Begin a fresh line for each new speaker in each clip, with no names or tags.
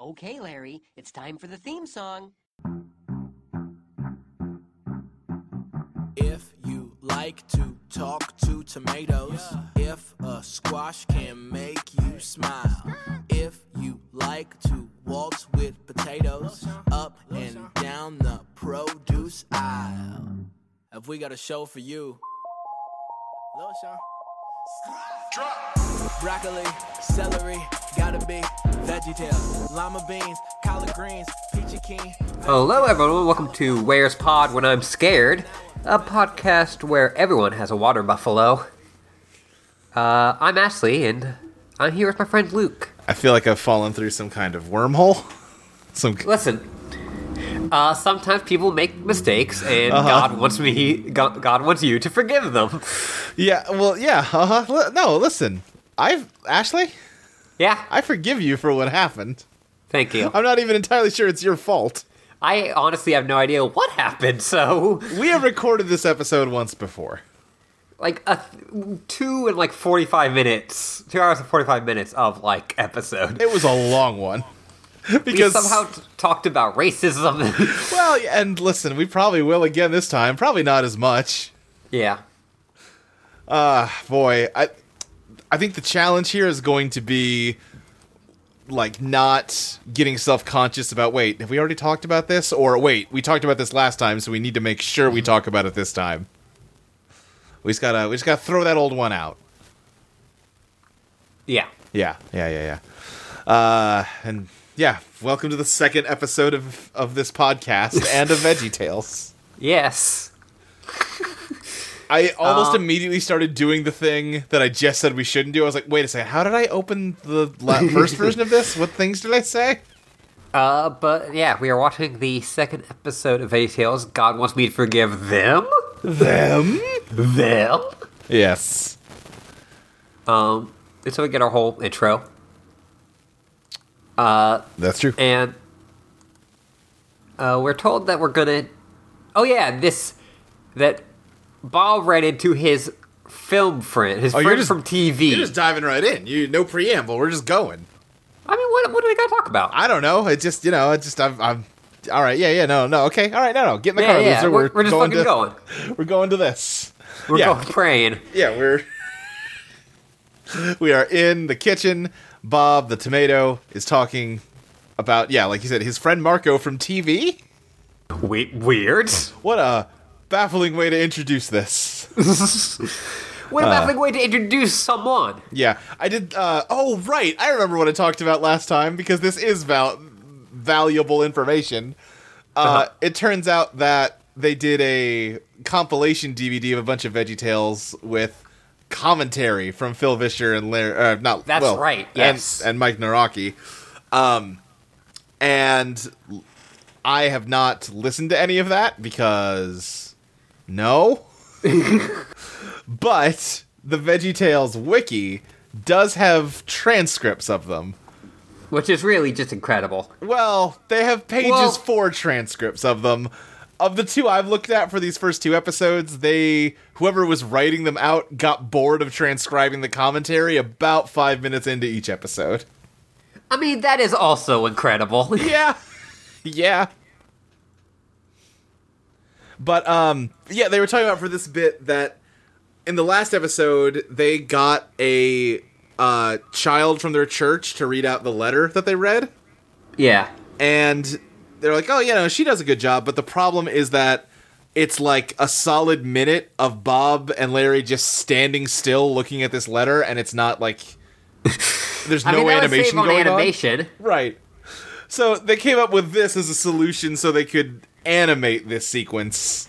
Okay, Larry, it's time for the theme song.
If you like to talk to tomatoes, if a squash can make you smile, if you like to waltz with potatoes, up and down the produce aisle. Have we got a show for you? Lil Sean. Broccoli, celery, gotta be veggie tales, llama beans, collard greens, peachy keen.
Hello, everyone. Welcome to Where's Pod When I'm Scared, a podcast where everyone has a water buffalo. Uh, I'm Ashley, and I'm here with my friend Luke.
I feel like I've fallen through some kind of wormhole. Some
Listen, uh, sometimes people make mistakes, and God wants me, God, God wants you to forgive them.
yeah, well, yeah. Uh-huh. Li- No, listen. I've Ashley,
yeah,
I forgive you for what happened.
thank you.
I'm not even entirely sure it's your fault.
I honestly have no idea what happened. So,
We have recorded this episode once before.
like, a th- two and like forty-five minutes, two hours and forty-five minutes of like episode.
It was a long one.
we
because
somehow t- talked about racism.
well, yeah, and listen, we probably will again this time. Probably not as much.
Yeah.
boy, I I think the challenge here is going to be like not getting self-conscious about wait, have we already talked about this or wait, we talked about this last time so we need to make sure we talk about it this time. We just got to we just got to throw that old one out.
Yeah.
Yeah. Yeah, yeah, yeah. Uh and yeah, welcome to the second episode of of this podcast and of Veggie Tales.
Yes.
I almost
Uh,
immediately started doing the thing that I just said we shouldn't do. I was like, wait a second, how did I open the la- first version of this? What things did I say?
Uh, but yeah, we are watching the second episode of Veggie Tales. God wants me to forgive them?
Them?
Them?
Yes.
Um, and so we get our whole intro.
That's true.
And uh, we're told that we're gonna. Oh, yeah, this. That Bob ran into his film friend, his
Oh, you're
friend
just-
from TV.
You're just diving right in. You no preamble. We're just going.
I mean, what, what do they gotta talk about?
I don't know. It just you know. It just I'm. I'm all right. Yeah. Yeah. No. No. Okay. All right. No. No. Get in the
yeah,
car,
yeah,
loser.
we're, we're just fucking
to,
going.
We're going to this.
We're
yeah.
going praying.
Yeah. We're. we are in the kitchen. Bob the tomato is talking about yeah, like you said, his friend Marco from TV.
We- weird.
What a baffling way to introduce this.
What a
Uh.
baffling way to introduce someone.
yeah, I did. Uh, oh, right. I remember what I talked about last time because this is val- valuable information. Uh,
Uh-huh.
It turns out that they did a compilation DVD of a bunch of Veggie Tales with commentary from Phil Vischer and Larry. Uh, not
That's
well,
right,
and-
yes.
and, Mike Naraki. Um, and I have not listened to any of that because no. but the VeggieTales wiki does have transcripts of them.
Which is really just incredible.
Well, they have pages
Well-
for transcripts of them. Of the two I've looked at for these first two episodes, they whoever was writing them out got bored of transcribing the commentary about 5 minutes into each episode.
I mean, that is also incredible.
Yeah. yeah. But um yeah, they were talking about for this bit that in the last episode they got a uh child from their church to read out the letter that they read
yeah.
and they're like, "Oh, you know, she does a good job, but the problem is that it's like a solid minute of Bob and Larry just standing still looking at this letter and it's not like there's no
I mean, that would
animation
save on
going on.
animation.
Right. So they came up with this as a solution so they could animate this sequence.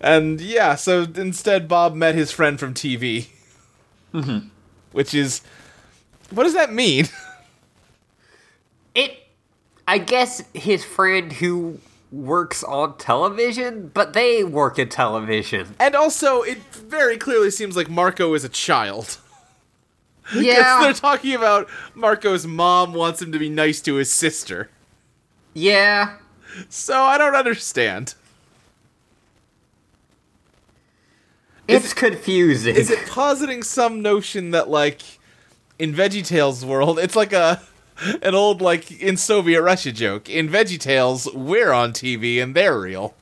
And yeah, so instead Bob met his friend from TV. Mm-hmm. Which is what does that mean?
It. I guess his friend who works on television, but they work in television.
And also it very clearly seems like Marco is a child. 'Cause
Yeah.
They're talking about Marco's mom wants him to be nice to his sister.
yeah.
So I don't understand.
It's confusing.
is it positing some notion that like in VeggieTales world, it's like a an old like in Soviet Russia joke. In Veggie Tales, we're on TV and they're real.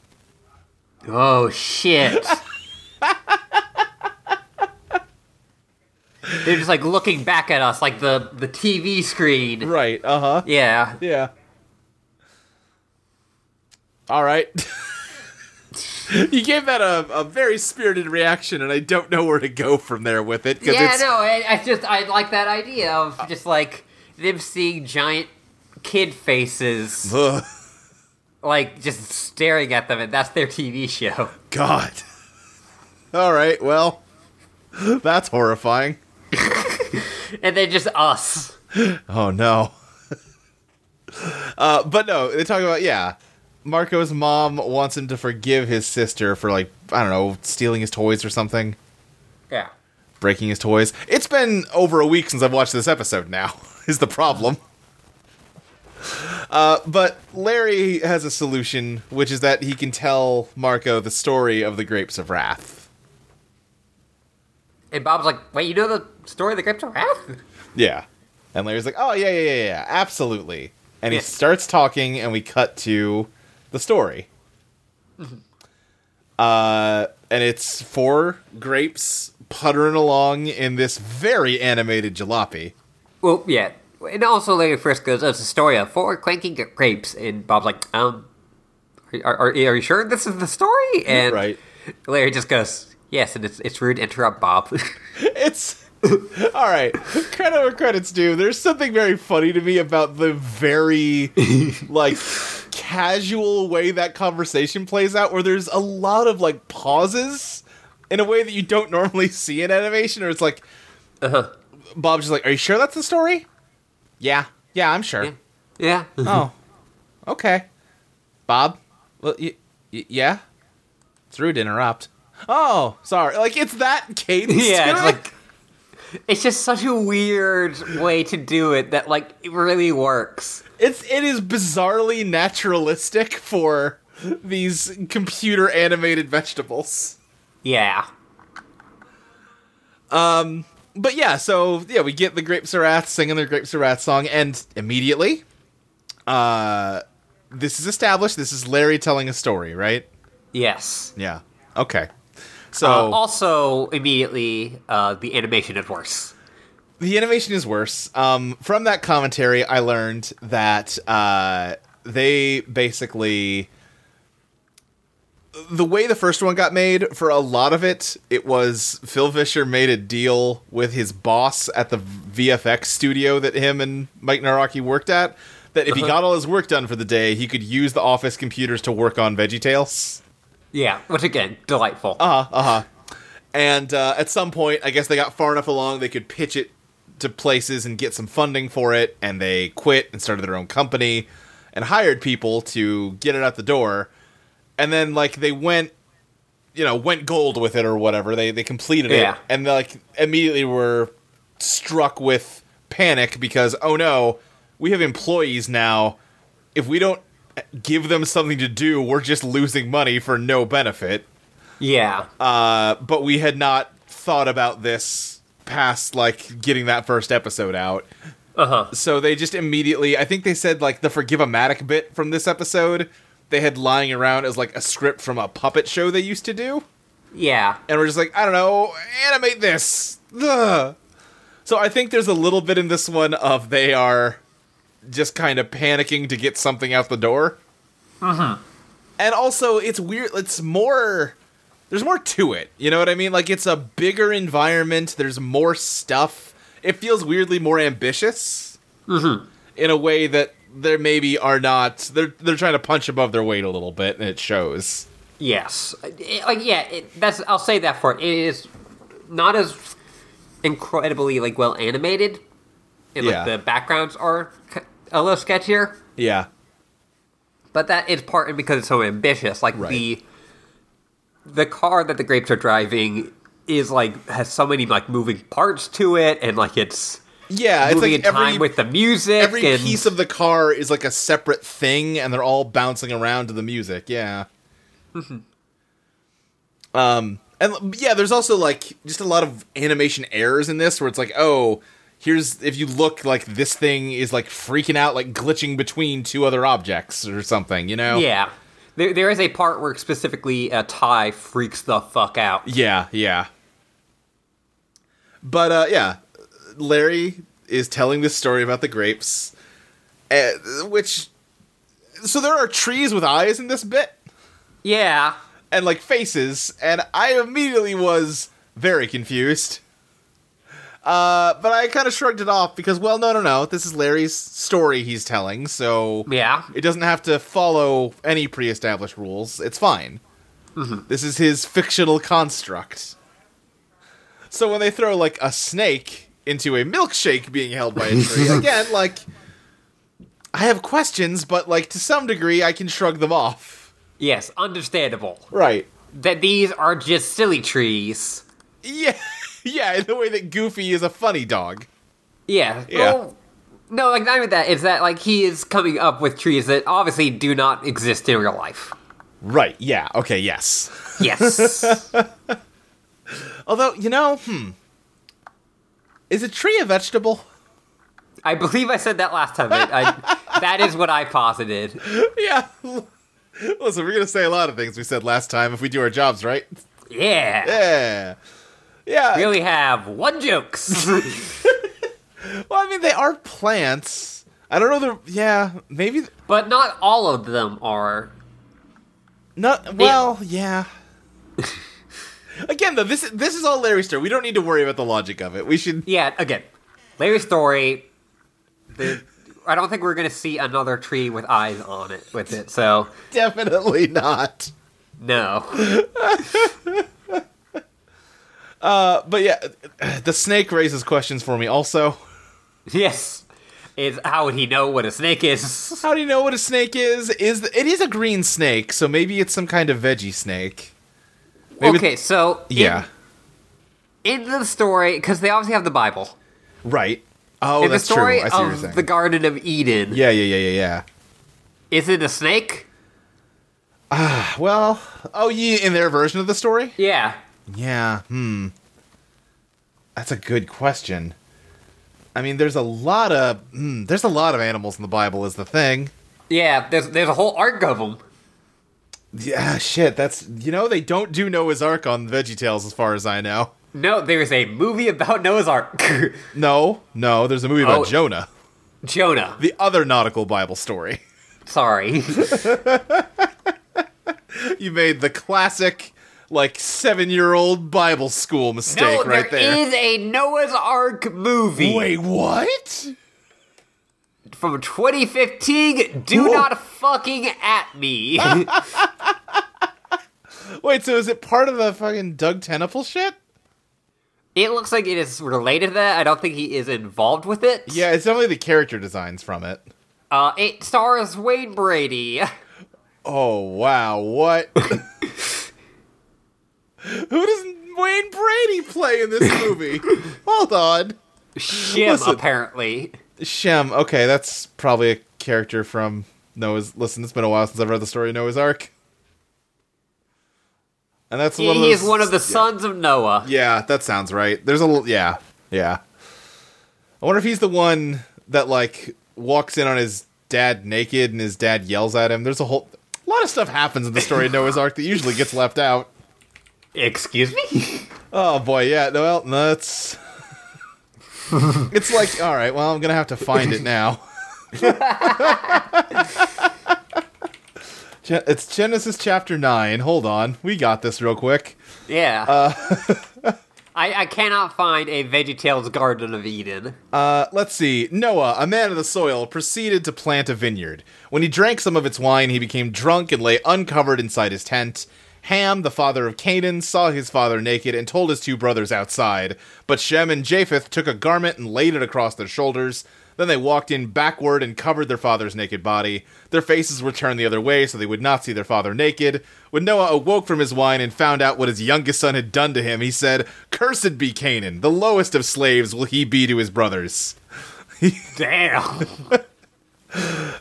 Oh shit. They're just like looking back at us like the the TV screen.
Right. Uh huh.
Yeah.
Yeah. All right. you gave that a, a very spirited reaction, and I don't know where to go from there with it. 'cause
Yeah,
it's, Uh.
no, I, I just I like that idea of just like them seeing giant kid faces
Ugh,
like just staring at them and that's their TV show.
God. All right. Well, that's horrifying.
And then just us.
Oh no. uh, but no, they talk about yeah. Marco's mom wants him to forgive his sister for like I don't know stealing his toys or something,
Yeah.
breaking his toys. It's been over a week since I've watched this episode. Now is the problem. Uh, but Larry has a solution, which is that he can tell Marco the story of the Grapes of Wrath.
And Bob's like, "Wait, you know the story of the Crypto Wrath?"
Yeah. And Larry's like, oh, yeah, yeah, yeah, yeah, absolutely. And he
Yeah.
starts talking, and we cut to the story.
Mm-hmm.
Uh, and it's four grapes puttering along in this very animated jalopy.
Well, yeah. And also Larry first goes, oh, it's a story of four clanking grapes. And Bob's like, um, are, are, are you sure this is the story? And
right.
Larry just goes, yes, and it's, it's rude to interrupt Bob.
It's. All right, credit where credit's due. There's something very funny to me about the very, like, casual way that conversation plays out, where there's a lot of, like, pauses in a way that you don't normally see in animation, or it's like,
Uh-huh.
Bob's just like, Are you sure that's the story? Yeah. Yeah, I'm sure.
yeah.
Oh, okay. Bob? Well, y- y- yeah? It's rude to interrupt. Oh, sorry. Like, it's that cadence. to
yeah, it's
it.
like, it's just such a weird way to do it that, like, it really works.
It's it is bizarrely naturalistic for these computer animated vegetables.
Yeah.
But yeah, so yeah, we get the Grapes of Wrath singing their Grapes of Wrath song, and immediately, uh, this is established. This is Larry telling a story, right?
Yes.
Yeah. Okay. So
Uh, also, immediately, uh, the animation is worse.
the animation is worse. Um, from that commentary, I learned that uh, they basically the way the first one got made. For a lot of it, it was Phil Fisher made a deal with his boss at the VFX studio that him and Mike Naraki worked at. That if he got all his work done for the day, he could use the office computers to work on VeggieTales.
Yeah, Uh-huh. which again, delightful.
And uh, at some point, I guess they got far enough along they could pitch it to places and get some funding for it. And they quit and started their own company and hired people to get it out the door. And then like they went, you know, went gold with it or whatever. They they completed
Yeah.
it and like immediately were struck with panic because oh no, we have employees now. If we don't give them something to do, we're just losing money for no benefit
yeah.
but we had not thought about this past like getting that first episode out. Uh huh. So they just immediately, I think they said like the forgive a matic bit from this episode. They had lying around as like a script from a puppet show they used to do,
yeah.
and we're just like, I don't know, animate this. Ugh. So I think there's a little bit in this one of they are just kind of panicking to get something out the door. Uh huh.
Uh-huh.
And also, it's weird. It's more there's more to it. You know what I mean? Like it's a bigger environment. There's more stuff. It feels weirdly more ambitious
Mm-hmm.
in a way that there maybe are not. They're they're trying to punch above their weight a little bit, and it shows.
Yes, It- like yeah, it, that's I'll say that for it. It is not as incredibly like well animated, and
Yeah.
like the backgrounds are k- a little sketchier.
Yeah,
But that is partly because it's so ambitious. Like
Right.
the the car that the grapes are driving is like has so many like moving parts to it, and like it's
yeah. It's
moving
like
in time
every
with the music.
every
and,
piece of the car is like a separate thing, and they're all bouncing around to the music. Yeah. um. And yeah, there's also like just a lot of animation errors in this, where it's like, oh, here's if you look like this thing is like freaking out, like glitching between two other objects or something, you know?
Yeah. There, there is a part where specifically uh, Ty freaks the fuck out.
Yeah, yeah. But uh yeah, Larry is telling this story about the grapes, uh, which so there are trees with eyes in this bit
Yeah.
and like faces, and I immediately was very confused. Uh, but I kind of shrugged it off because, well, no, no, no. This is Larry's story he's telling, so
Yeah.
it doesn't have to follow any pre-established rules. It's fine. This is his fictional construct. So when they throw like a snake into a milkshake being held by a tree again, like I have questions, but like to some degree, I can shrug them off.
Yes, understandable.
Right.
That these are just silly trees.
Yeah, yeah. In the way that Goofy is a funny dog.
Yeah.
Yeah.
Well, no, like not even that. It's that like he is coming up with trees that obviously do not exist in real life.
Right. Yeah. Okay. Yes.
Yes.
Although you know, hmm, is a tree a vegetable?
I believe I said that last time. I, I, that is what I posited.
Yeah. Listen, we're gonna say a lot of things we said last time if we do our jobs right.
Yeah.
Yeah. Yeah.
We only have one jokes.
Well, I mean, they are plants. I don't know. The yeah, maybe th-
but not all of them are.
not. Well, yeah. Again, though, this this is all Larry's story. We don't need to worry about the logic of it. We should.
Yeah, again, Larry's story. The, I don't think we're gonna see another tree with eyes on it with it. So
Definitely not.
no.
Uh, but yeah, the snake raises questions for me. Also,
yes, is how would he know what a snake is?
how do you know what a snake is? Is the, it is a green snake? So maybe it's some kind of veggie snake. Maybe-
okay, so in-
Yeah.
in, the story because they obviously have the Bible.
Right. Oh,
in the
that's
story
true. I see what you're
of
saying.
the Garden of Eden,
yeah, yeah, yeah, yeah,
is it a snake?
yeah. Well, oh, yeah, in their version of the story.
Yeah.
Yeah. Hmm. That's a good question. I mean, there's a lot of hmm, there's a lot of animals in the Bible. Is the thing.
Yeah, there's there's a whole arc of them.
Yeah. Shit. That's you know they don't do Noah's Ark on VeggieTales as far as I know.
No, there's a movie about Noah's Ark.
No, no. There's a movie about
Oh.
Jonah,
Jonah.
the other nautical Bible story.
Sorry.
you made the classic, like seven year old Bible school
no,
mistake right there.
there is a Noah's Ark movie
Wait, what?
from 2015. Do
Whoa.
not fucking at me.
Wait, so is it part of the fucking Doug Tenafl shit?
it looks like it is related to that. I don't think he is involved with it.
Yeah, it's definitely the character designs from it.
Uh, it stars Wayne Brady.
Oh wow, what? Who does Wayne Brady play in this movie? Hold on.
Shim,
Listen.
apparently.
Shem, okay, that's probably a character from Noah's listen, it's been a while since I've read the story of Noah's Ark. And that's
He,
one of
he
those,
is one of the sons of Noah.
Yeah, that sounds right. There's a little yeah. Yeah. I wonder if he's the one that like walks in on his dad naked and his dad yells at him. There's a whole a lot of stuff happens in the story of Noah's Ark that usually gets left out.
Excuse me?
Oh boy, yeah. no, Well, no, that's it's like all right. Well, I'm gonna have to find it now. Gen- it's Genesis chapter nine. Hold on, we got this real quick.
yeah.
Uh,
I, I cannot find a VeggieTales Garden of Eden.
Uh, let's see. Noah, a man of the soil, proceeded to plant a vineyard. When he drank some of its wine, he became drunk and lay uncovered inside his tent. Ham, the father of Canaan, saw his father naked and told his two brothers outside. But Shem and Japheth took a garment and laid it across their shoulders. Then they walked in backward and covered their father's naked body. Their faces were turned the other way so they would not see their father naked. When Noah awoke from his wine and found out what his youngest son had done to him, he said, Cursed be Canaan, the lowest of slaves will he be to his brothers.
Damn.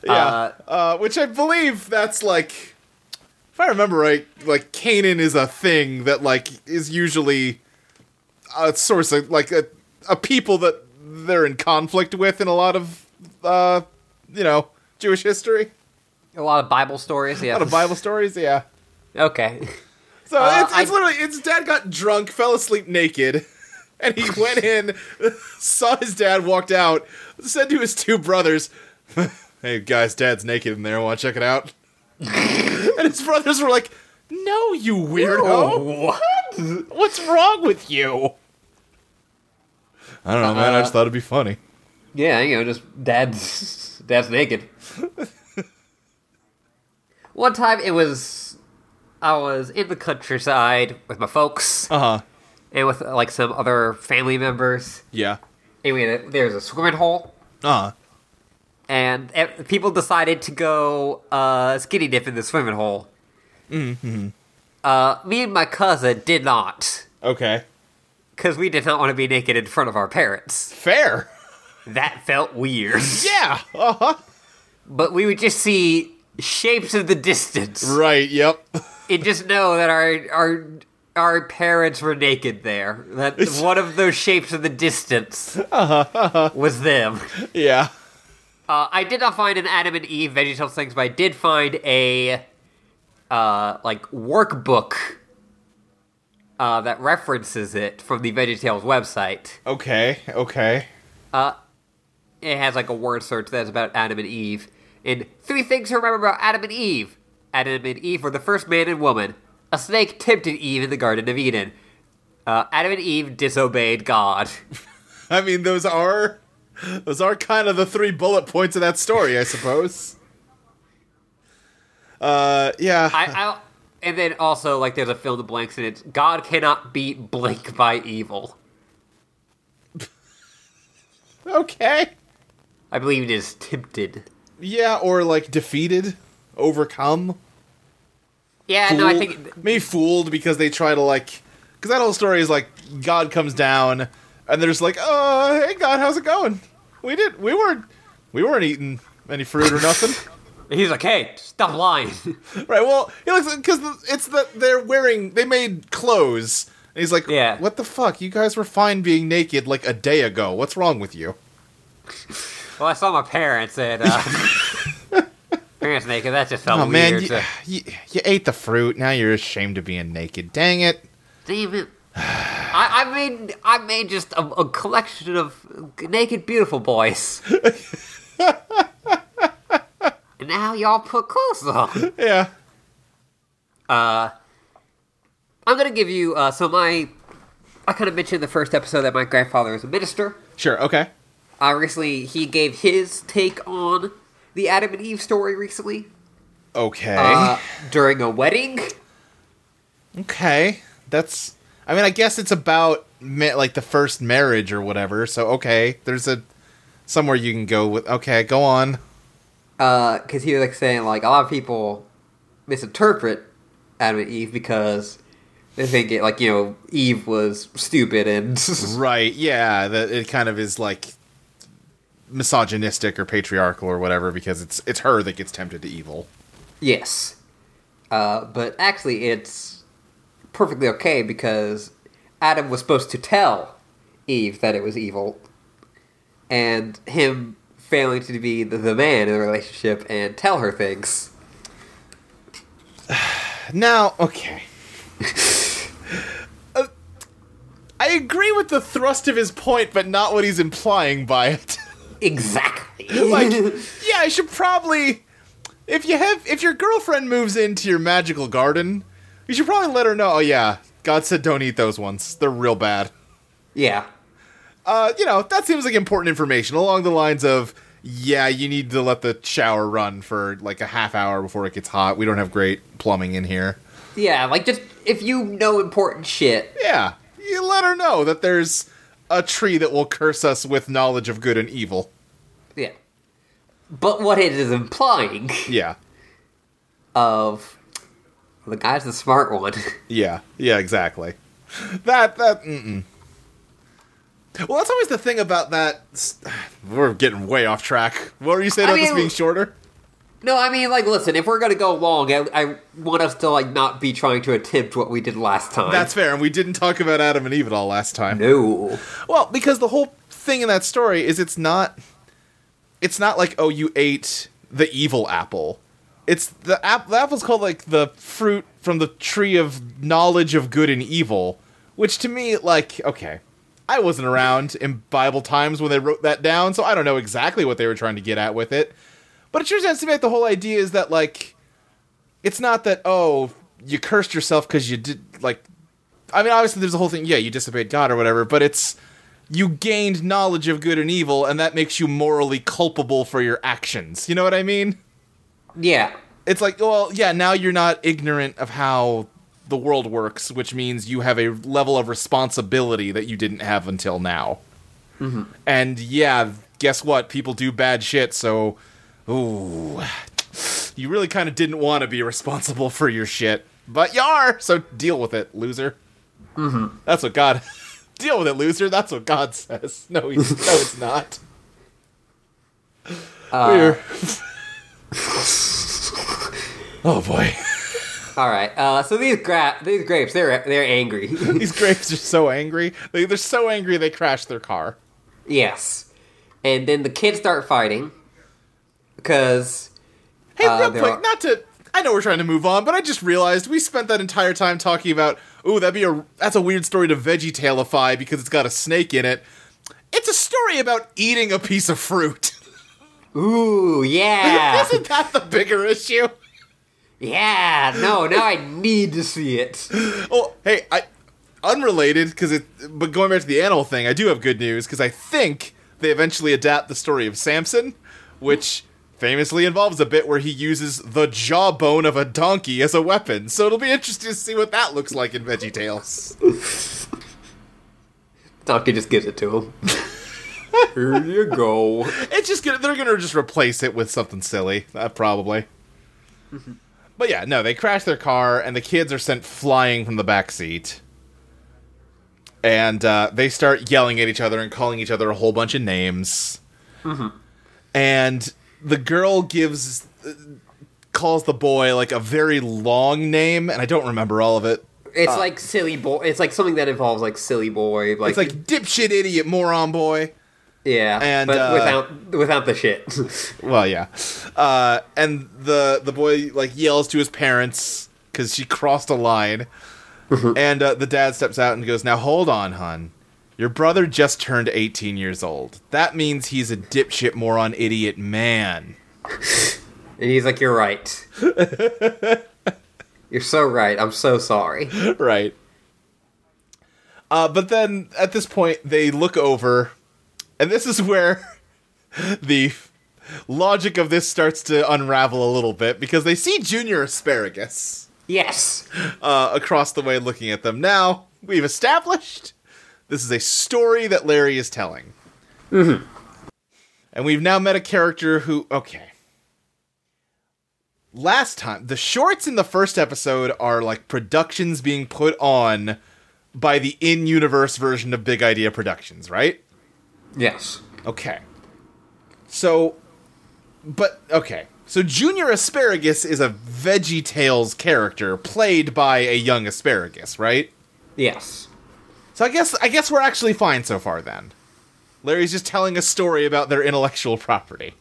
Yeah. Uh, which I believe that's like, if I remember right, like Canaan is a thing that like is usually a source of like a, a people that they're in conflict with in a lot of uh, you know Jewish history,
A lot of Bible stories. Yeah.
a lot of Bible stories. Yeah.
Okay.
So
Uh,
it's, it's
I-
literally it's dad got drunk, fell asleep naked, and he went in, saw his dad, walked out, said to his two brothers, "Hey guys, dad's naked in there. Want to check it out?" and his brothers were like, "No, you weirdo!
what?
What's wrong with you?" I don't know, man. I just thought it'd be funny.
Yeah, you know, just dad's dad's naked. One time it was I was in the countryside with my folks
Uh huh.
and with uh, like some other family members.
Yeah.
And we had a, there's a swimming hole
Uh huh.
and ev- people decided to go uh, skinny dip in the swimming hole. Mm-hmm. Uh, me and my cousin did not,
Okay.
because we did not want to be naked in front of our parents.
Fair.
That felt weird.
Yeah. Uh huh.
But we would just see shapes in the distance
Right. Yep.
and just know that our our our parents were naked there. That one of those shapes in the distance was them.
yeah.
Uh, I did not find an Adam and Eve VeggieTales things, but I did find a uh, like workbook uh, that references it from the VeggieTales website.
Okay. Okay.
It has like a word search that's about Adam and Eve, and three things to remember about Adam and Eve. Adam and Eve were the first man and woman. A snake tempted Eve in the Garden of Eden. Uh, Adam and Eve disobeyed God.
I mean, those are those are kind of the three bullet points of that story, I suppose. Uh, yeah.
I, I and then also like there's a fill in the blanks and it's God cannot be blank by evil.
okay.
I believe it is tempted.
Yeah, or like defeated, overcome.
Yeah, no, I
fooled-
think
maybe fooled because they try to like because that whole story is like God comes down and there's like, uh, hey God, how's it going? We did, we weren't, we weren't eating any fruit or nothing.
he's like, "Hey, stop lying."
Right. Well, he looks because it's that they're wearing. They made clothes. And he's like,
Yeah.
What the fuck? You guys were fine being naked like a day ago. What's wrong with you?
well, I saw my parents and uh, parents naked. That just felt
Oh
weird.
man, you,
so-
you, you ate the fruit. Now you're ashamed of being naked. Dang it.
Damn it. I, I made I made just a, a collection of naked beautiful boys. and now y'all put clothes on.
Yeah.
I'm gonna give you uh, so my I kind of mentioned in the first episode that my grandfather was a minister.
Sure. Okay.
Uh, recently, he gave his take on the Adam and Eve story recently
Okay.
uh, during a wedding.
okay. That's. I mean, I guess it's about ma- like the first marriage or whatever. So okay, there's a somewhere you can go with. Okay, go on.
because Uh, he was like saying like a lot of people misinterpret Adam and Eve because they think it like you know Eve was stupid and
Right, yeah, that it kind of is like misogynistic or patriarchal or whatever because it's it's her that gets tempted to evil.
yes, uh, but actually it's perfectly okay because Adam was supposed to tell Eve that it was evil, and him failing to be the, the man in the relationship and tell her things.
Now, okay. Uh, I agree with the thrust of his point, but not what he's implying by it.
Exactly.
like, yeah, I should probably if you have if your girlfriend moves into your magical garden, you should probably let her know. Oh yeah, God said don't eat those ones; they're real bad.
yeah.
uh, you know, that seems like important information along the lines of, yeah, you need to let the shower run for like a half hour before it gets hot. We don't have great plumbing in here.
Yeah, like just if you know important shit,
Yeah, you let her know that there's a tree that will curse us with knowledge of good and evil.
Yeah. But what it is implying
Yeah,
of the guy's the smart one.
yeah, yeah, exactly. That that. Mm-mm. Well, that's always the thing about that. s- We're getting way off track. What were you saying
I
about this
mean-
being shorter?
No, I mean, like, listen, if we're gonna go long, I, I want us to like not be trying to attempt what we did last time.
That's fair, and we didn't talk about Adam and Eve at all last time.
no.
Well, because the whole thing in that story is it's not it's not like oh you ate the evil apple. It's the app the apple's called like the fruit from the tree of knowledge of good and evil, which to me like okay. I wasn't around in Bible times when they wrote that down, so I don't know exactly what they were trying to get at with it. But it sure sounds to me like the whole idea is that like it's not that oh you cursed yourself because you did like I mean, obviously, there's a whole thing. Yeah, you disobeyed God or whatever, but it's you gained knowledge of good and evil, and that makes you morally culpable for your actions. You know what I mean?
Yeah.
It's like, well, yeah, now you're not ignorant of how the world works, which means you have a level of responsibility that you didn't have until now. And yeah, guess what? People do bad shit, so ooh, you really kind of didn't want to be responsible for your shit, but you are. So deal with it, loser. That's what God. Deal with it, loser. That's what God says. No, he's, no, it's not. We're- oh boy,
All right. Uh, so these gra- these grapes, they're they're angry.
these grapes are so angry. They, they're so angry they crash their car.
yes. And then the kids start fighting because
Hey,
Uh,
real
there
quick,
are-
not to. I know we're trying to move on, but I just realized we spent that entire time talking about. Ooh, that'd be a. That's a weird story to VeggieTaleify because it's got a snake in it. It's a story about eating a piece of fruit.
ooh yeah
Isn't that the bigger issue?
yeah no now I need to see it.
Oh, hey, I unrelated because it. But going back to the animal thing, I do have good news because I think they eventually adapt the story of Samson, which famously involves a bit where he uses the jawbone of a donkey as a weapon. So it'll be interesting to see what that looks like in Veggie Tales.
Doctor just gives it to him. Here you go.
It's just gonna they're gonna just replace it with something silly, uh, probably. but yeah, no, they crash their car and the kids are sent flying from the back seat. And uh, they start yelling at each other and calling each other a whole bunch of names. And the girl gives uh, calls the boy like a very long name, and I don't remember all of it.
It's like silly boy. It's like something that involves like silly boy. Like,
Uh, It's like dipshit idiot moron boy.
yeah,
and,
but
uh,
without without the shit.
Well, yeah. Uh, and the the boy like yells to his parents because she crossed a line, and uh, the dad steps out and goes, "Now hold on, hun. Your brother just turned 18 years old. That means he's a dipshit, moron, idiot man."
and he's like, "You're right. You're so right. I'm so sorry."
right. Uh, but then at this point, they look over, and this is where the logic of this starts to unravel a little bit because they see Junior Asparagus.
Yes.
uh, across the way looking at them. Now, we've established this is a story that Larry is telling. Mm-hmm. And we've now met a character who, okay. Last time, the shorts in the first episode are like productions being put on by the in universe version of Big Idea Productions, right?
Yes.
Okay. So, but okay. So Junior Asparagus is a Veggie Tales character played by a young asparagus, right?
Yes.
So I guess I guess we're actually fine so far then. Larry's just telling a story about their intellectual property,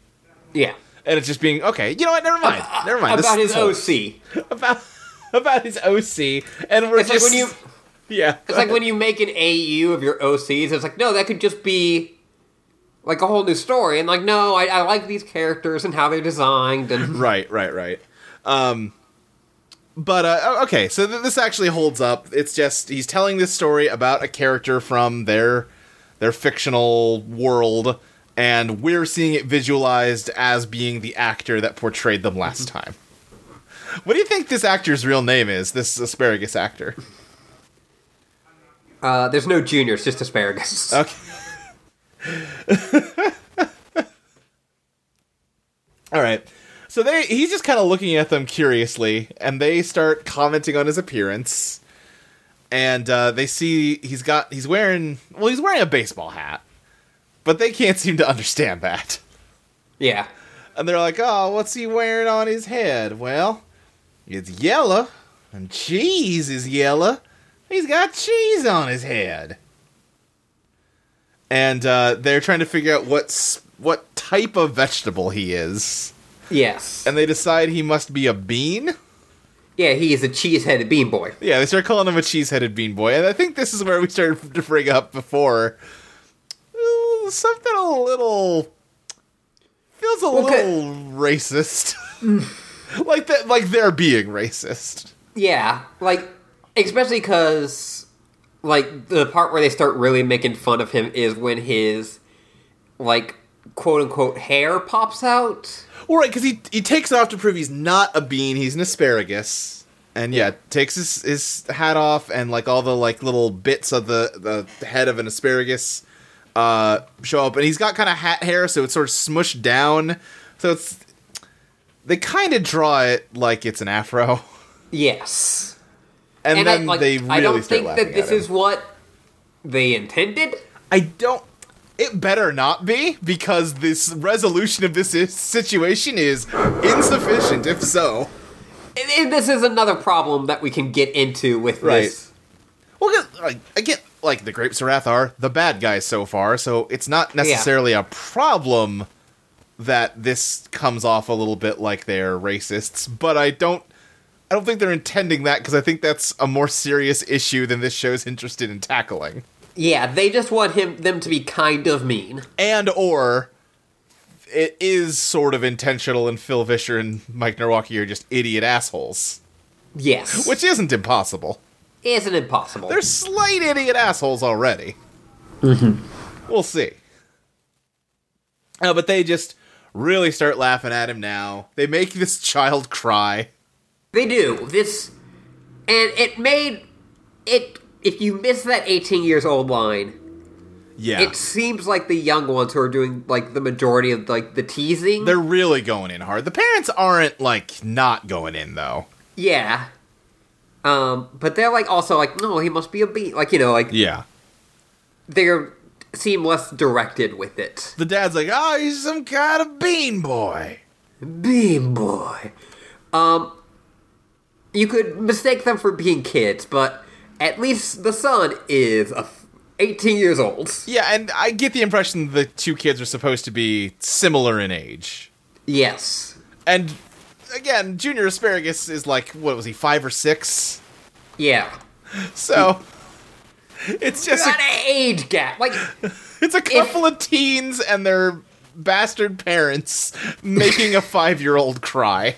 Yeah.
and it's just being okay. You know what? Never mind. Never mind.
About
This-
his OC.
About about his OC, and we're
It's like
just
when you
yeah.
it's like when you make an AU of your OCs. It's like no, that could just be like a whole new story. And like no, I, I like these characters and how they're designed and
right, right, right. Um, but uh, oh, okay, so th- this actually holds up. It's just he's telling this story about a character from their their fictional world, and we're seeing it visualized as being the actor that portrayed them last time. What do you think this actor's real name is? This asparagus actor.
uh, there's no junior. It's just asparagus.
Okay. All right. So they he's just kind of looking at them curiously, and they start commenting on his appearance. And uh, they see he's got he's wearing well he's wearing a baseball hat, but they can't seem to understand that.
Yeah.
And they're like, oh, what's he wearing on his head? Well, it's yellow, and cheese is yellow. He's got cheese on his head. And uh, they're trying to figure out what, s- what type of vegetable he is.
Yes.
And they decide he must be a bean.
yeah, he is a cheese-headed bean boy.
Yeah, they start calling him a cheese-headed bean boy, and I think this is where we started to bring up before uh, something a little feels a
Okay.
little racist, like that, like they're being racist.
Yeah, like especially because like the part where they start really making fun of him is when his like quote unquote hair pops out.
Well, right, because he he takes it off to prove he's not a bean; he's an asparagus. And yeah, takes his his hat off and like all the like little bits of the the head of an asparagus uh show up, and he's got kind of hat hair, so it's sort of smushed down. So it's they kind of draw it like it's an afro,
Yes,
and, then
I, like,
they really
I don't
start
think
laughing
that this
at him.
is what they intended.
I don't. It better not be because this resolution of this is, situation is insufficient. If so.
And, and this is another problem that we can get into with
Right.
this.
Well, 'cause, like I get like the Grapes of Wrath are the bad guys so far, so it's not necessarily a problem that this comes off a little bit like they're racists. But I don't, I don't think they're intending that because I think that's a more serious issue than this show's interested in tackling.
Yeah, they just want him them to be kind of mean.
And or it is sort of intentional, and Phil Vischer and Mike Nowacki are just idiot assholes,
Yes,
which isn't impossible.
isn't impossible.
They're slight idiot assholes already. We'll see. Uh, but they just really start laughing at him now. They make this child cry.
They do. This and it made it if you miss that 18 years old line,
Yeah.
it seems like the young ones who are doing like the majority of like the teasing.
They're really going in hard. The parents aren't like not going in though.
yeah. Um but they're like also like no, he must be a beat. Like you know, like
Yeah.
they're seem less directed with it.
The dad's like, "Oh, he's some kind of bean boy."
Beam boy. Um you could mistake them for being kids, but at least the son is a 18 years old.
Yeah, and I get the impression the two kids are supposed to be similar in age.
Yes.
And again, Junior Asparagus is like, what was he, five or six?
Yeah.
So it's just
an
a,
age gap. Like,
it's a couple of teens and their bastard parents making a five year old cry.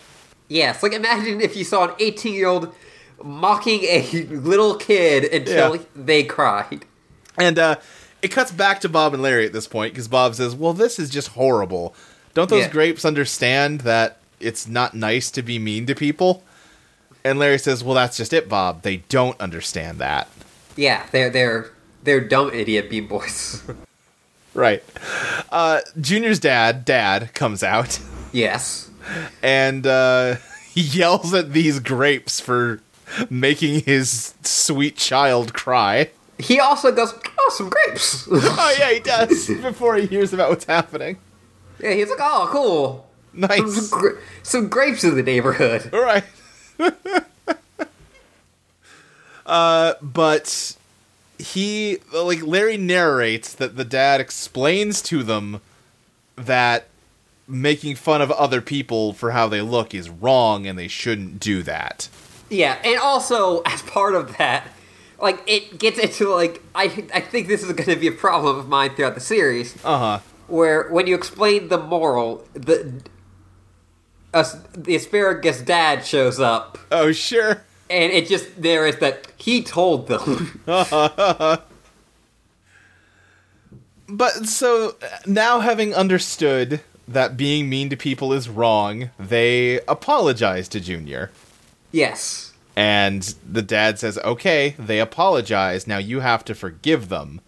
yes, like imagine if you saw an 18 year old mocking a little kid until
Yeah.
they cried.
And uh, it cuts back to Bob and Larry at this point because Bob says, "Well, this is just horrible. Don't those
Yeah.
grapes understand that it's not nice to be mean to people?" And Larry says, "Well, that's just it, Bob. They don't understand that."
Yeah, they're they're they're dumb idiot bean boys.
Right. Uh, Junior's dad, Dad, comes out.
yes.
and uh, he yells at these grapes for making his sweet child cry.
He also goes, oh, some grapes.
Oh yeah, he does before he hears about what's happening.
yeah, he's like, oh, cool. Some,
Nice.
gra- some grapes in the neighborhood.
All right. uh, but he like Larry narrates that the dad explains to them that making fun of other people for how they look is wrong and they shouldn't do that.
Yeah, and also as part of that, like it gets into like I I think this is going to be a problem of mine throughout the series.
Uh-huh.
Where when you explain the moral, the as the asparagus dad shows up,
Oh sure.
and it just there is that he told them.
But so uh, now, having understood that being mean to people is wrong, they apologize to Junior.
yes,
And the dad says, okay, they apologize. Now you have to forgive them.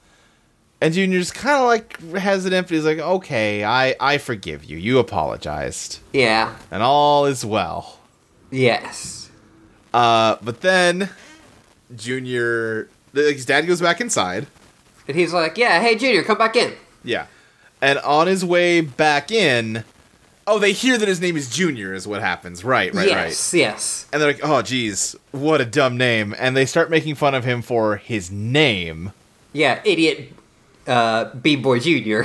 And Junior's kind of like hesitant, but he's like, okay, I, I forgive you. You apologized.
yeah,
And all is well.
yes,
Uh, but then Junior, his dad goes back inside.
and he's like, yeah, hey Junior, come back in.
Yeah. And on his way back in, Oh, they hear that his name is Junior is what happens. Right, right, right.
yes, yes.
And they're like, "Oh, geez, what a dumb name!" And they start making fun of him for his name.
Yeah, idiot uh, B-Boy Jr.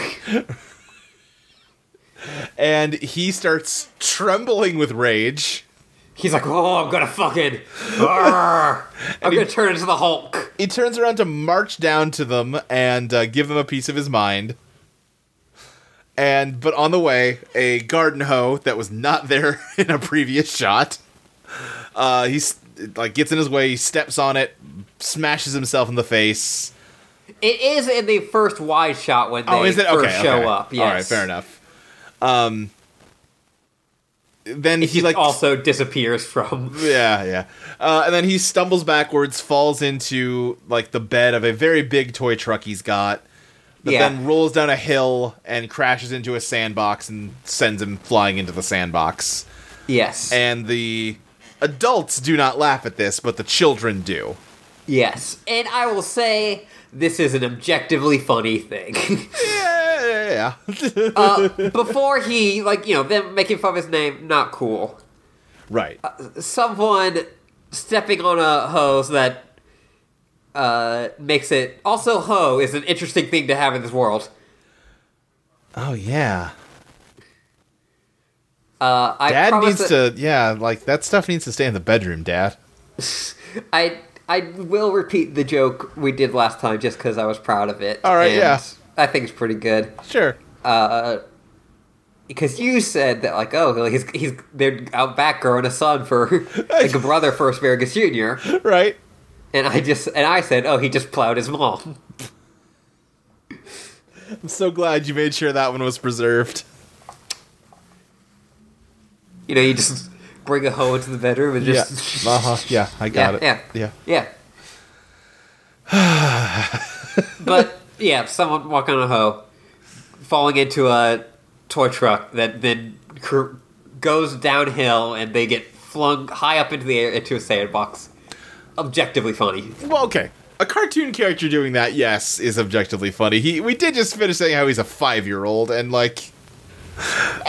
And he starts trembling with rage.
He's like, oh, I'm gonna fucking. Arrgh. I'm gonna turn into the Hulk.
He turns around to march down to them and uh, give them a piece of his mind. And but on the way, a garden hoe that was not there in a previous shot. Uh, he's like gets in his way, steps on it, smashes himself in the face.
It is in the first wide shot when they
Oh, is it
first
okay?
show
okay.
up. Yes.
All right, fair enough. Um, then he
He
like
like also disappears from.
yeah yeah, uh, and then he stumbles backwards, falls into like the bed of a very big toy truck he's got. That
Yeah.
then rolls down a hill and crashes into a sandbox and sends him flying into the sandbox.
Yes.
And the adults do not laugh at this, but the children do.
yes. And I will say this is an objectively funny thing.
Yeah, yeah, yeah.
uh, before he like you know them making fun of his name, not cool.
right.
Uh, someone stepping on a hoe so that uh, makes it also hoe is an interesting thing to have in this world.
oh yeah.
Uh, I
Dad
promise
needs
that
to, yeah, like that stuff needs to stay in the bedroom, Dad.
I I will repeat the joke we did last time just because I was proud of it.
All right,
and
yeah.
I think it's pretty good
Sure.
because you said that like oh he's he's they're out back growing a son for like a brother for Asparagus Junior,
Right.
and I just and I said oh he just plowed his mom.
I'm so glad you made sure that one was preserved.
You know you just bring a hoe into the bedroom and just
yeah. Uh-huh. Yeah, I got
yeah,
it. Yeah.
Yeah. but yeah, someone walking on a hoe, falling into a toy truck that then cr- goes downhill and they get flung high up into the air into a sandbox. Objectively funny.
Well, okay. A cartoon character doing that, yes, is objectively funny. He we did just finish saying how he's a 5-year-old and like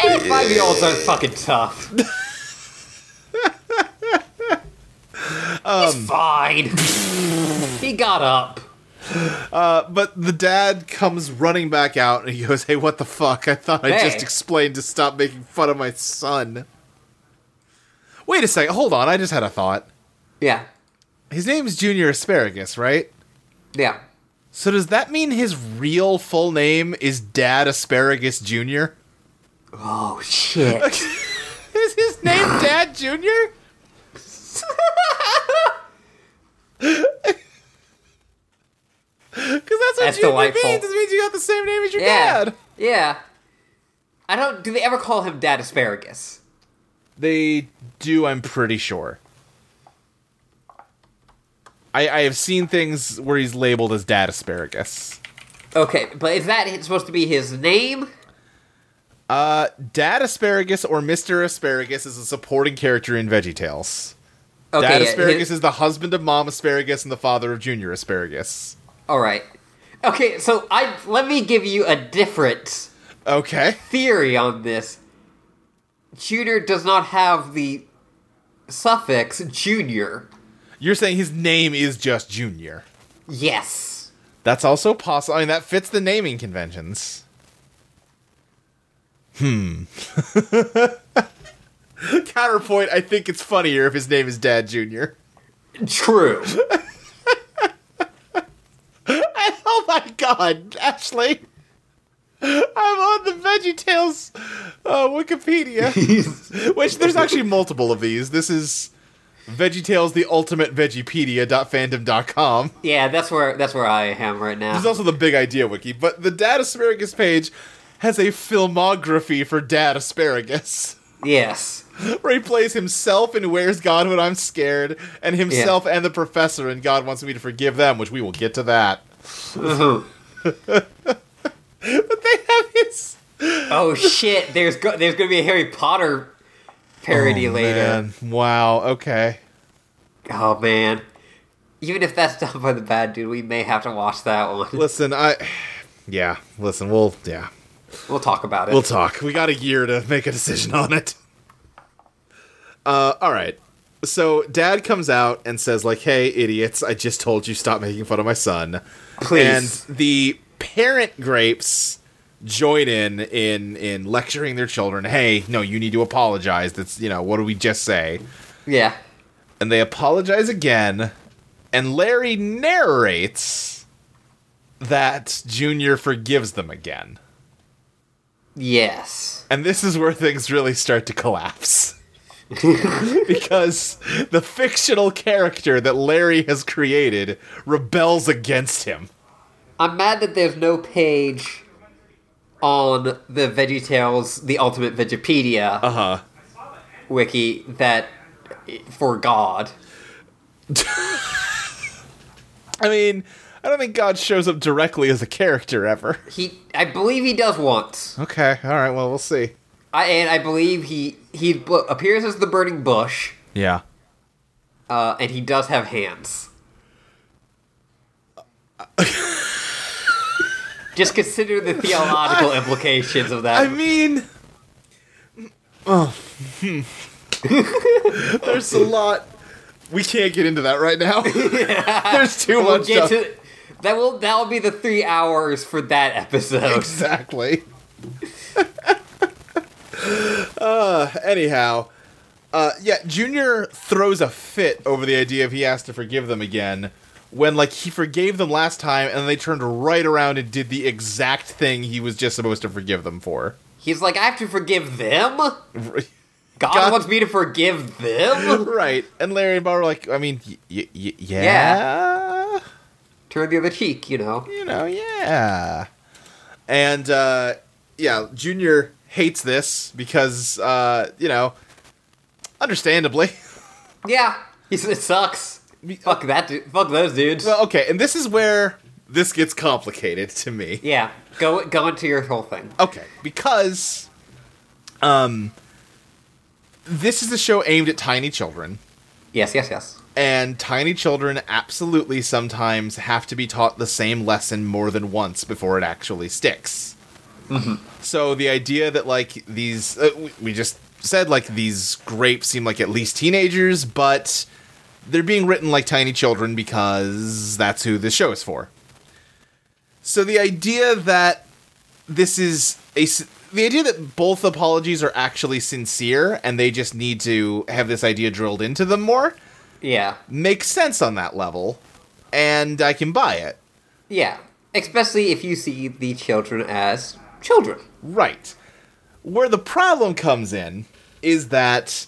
And five year olds are fucking tough.
Um.
He's fine. he got up.
but the dad comes running back out and he goes, "Hey, what the fuck? I thought I
Hey.
just explained to stop making fun of my son." Wait a second. Hold on. I just had a thought.
Yeah.
His name's Junior Asparagus, right?
Yeah.
So does that mean his real full name is Dad Asparagus Jr.?
Oh shit.
Is his name Dad Jr.? Because that's what
That's
Junior
delightful.
means. It means you got the same name as your
Yeah.
dad.
Yeah. I don't. Do they ever call him Dad Asparagus?
They do, I'm pretty sure. I, I have seen things where he's labeled as Dad Asparagus.
Okay, but is that supposed to be his name?
Dad Asparagus or Mr. Asparagus is a supporting character in VeggieTales.
Okay.
Dad
yeah,
Asparagus
his-
is the husband of Mom Asparagus and the father of Junior Asparagus.
All right. Okay, so I let me give you a different
Okay.
theory on this. Junior does not have the suffix junior.
You're saying his name is just Junior.
Yes.
That's also possible. I mean, that fits the naming conventions. Hmm. Counterpoint, I think it's funnier if his name is Dad Jr.
True.
oh my god, Ashley. I'm on the VeggieTales uh, Wikipedia. Which there's actually multiple of these. This is VeggieTales the ultimate veggiepedia.fandom.com.
yeah, that's where that's where I am right now.
There's also the big idea wiki, but the Dad Asparagus page has a filmography for Dad Asparagus.
yes.
Where he plays himself in Where's God When I'm Scared, and himself and the professor in God Wants Me to Forgive Them, which we will get to that.
Mhm.
But they have his
oh shit! There's go- there's gonna be a Harry Potter parody later.
Oh, Man, wow, okay.
Oh man. Even if that's done by the bad dude, we may have to watch that one.
Listen, I yeah, listen, we'll yeah.
We'll talk about it.
We'll talk. We got a year to make a decision on it. Uh, all right. So dad comes out and says, like, hey, idiots, I just told you stop making fun of my son.
Please.
And the parent grapes join in in in lecturing their children, hey, no, you need to apologize. That's you know, what do we just say?
yeah.
and they apologize again and larry narrates that junior forgives them again
Yes.
and this is where things really start to collapse because the fictional character that larry has created rebels against him
I'm mad that there's no page on the VeggieTales, the Ultimate Vegipedia
uh-huh
wiki that for God.
i mean i don't think god shows up directly as a character ever
He, I believe he does once.
okay all right well we'll see
I and I believe he he bu- appears as the burning bush,
yeah
uh, and he does have hands. Just consider the theological implications of that.
I mean, oh, hmm. there's a lot. We can't get into that right now. there's too
we'll
much.
get
stuff.
to that. Will that'll be the three hours for that episode?
exactly. uh, anyhow, uh, yeah, Junior throws a fit over the idea of he has to forgive them again. When like he forgave them last time, and they turned right around and did the exact thing he was just supposed to forgive them for.
He's like, I have to forgive them. God,
God-
wants me to forgive them.
right. And Larry and Bob were like, I mean, y- y- y- yeah.
Turn the other cheek, you know.
You know, yeah. And, uh, yeah, Junior hates this because, uh, you know, understandably.
Yeah, he said it sucks. Fuck that. Dude. Fuck those dudes.
uh, well, okay, and this is where this gets complicated to me.
yeah, go go into your whole thing.
Okay, because um this is a show aimed at tiny children.
Yes, yes, yes.
and tiny children absolutely sometimes have to be taught the same lesson more than once before it actually sticks. So the idea that like these, uh, we- we just said like these grapes seem like at least teenagers, but they're being written like tiny children because that's who this show is for. So the idea that this is a s- the idea that both apologies are actually sincere and they just need to have this idea drilled into them more
Yeah,
makes sense on that level, and I can buy it.
yeah. Especially if you see the children as children.
Right. Where the problem comes in is that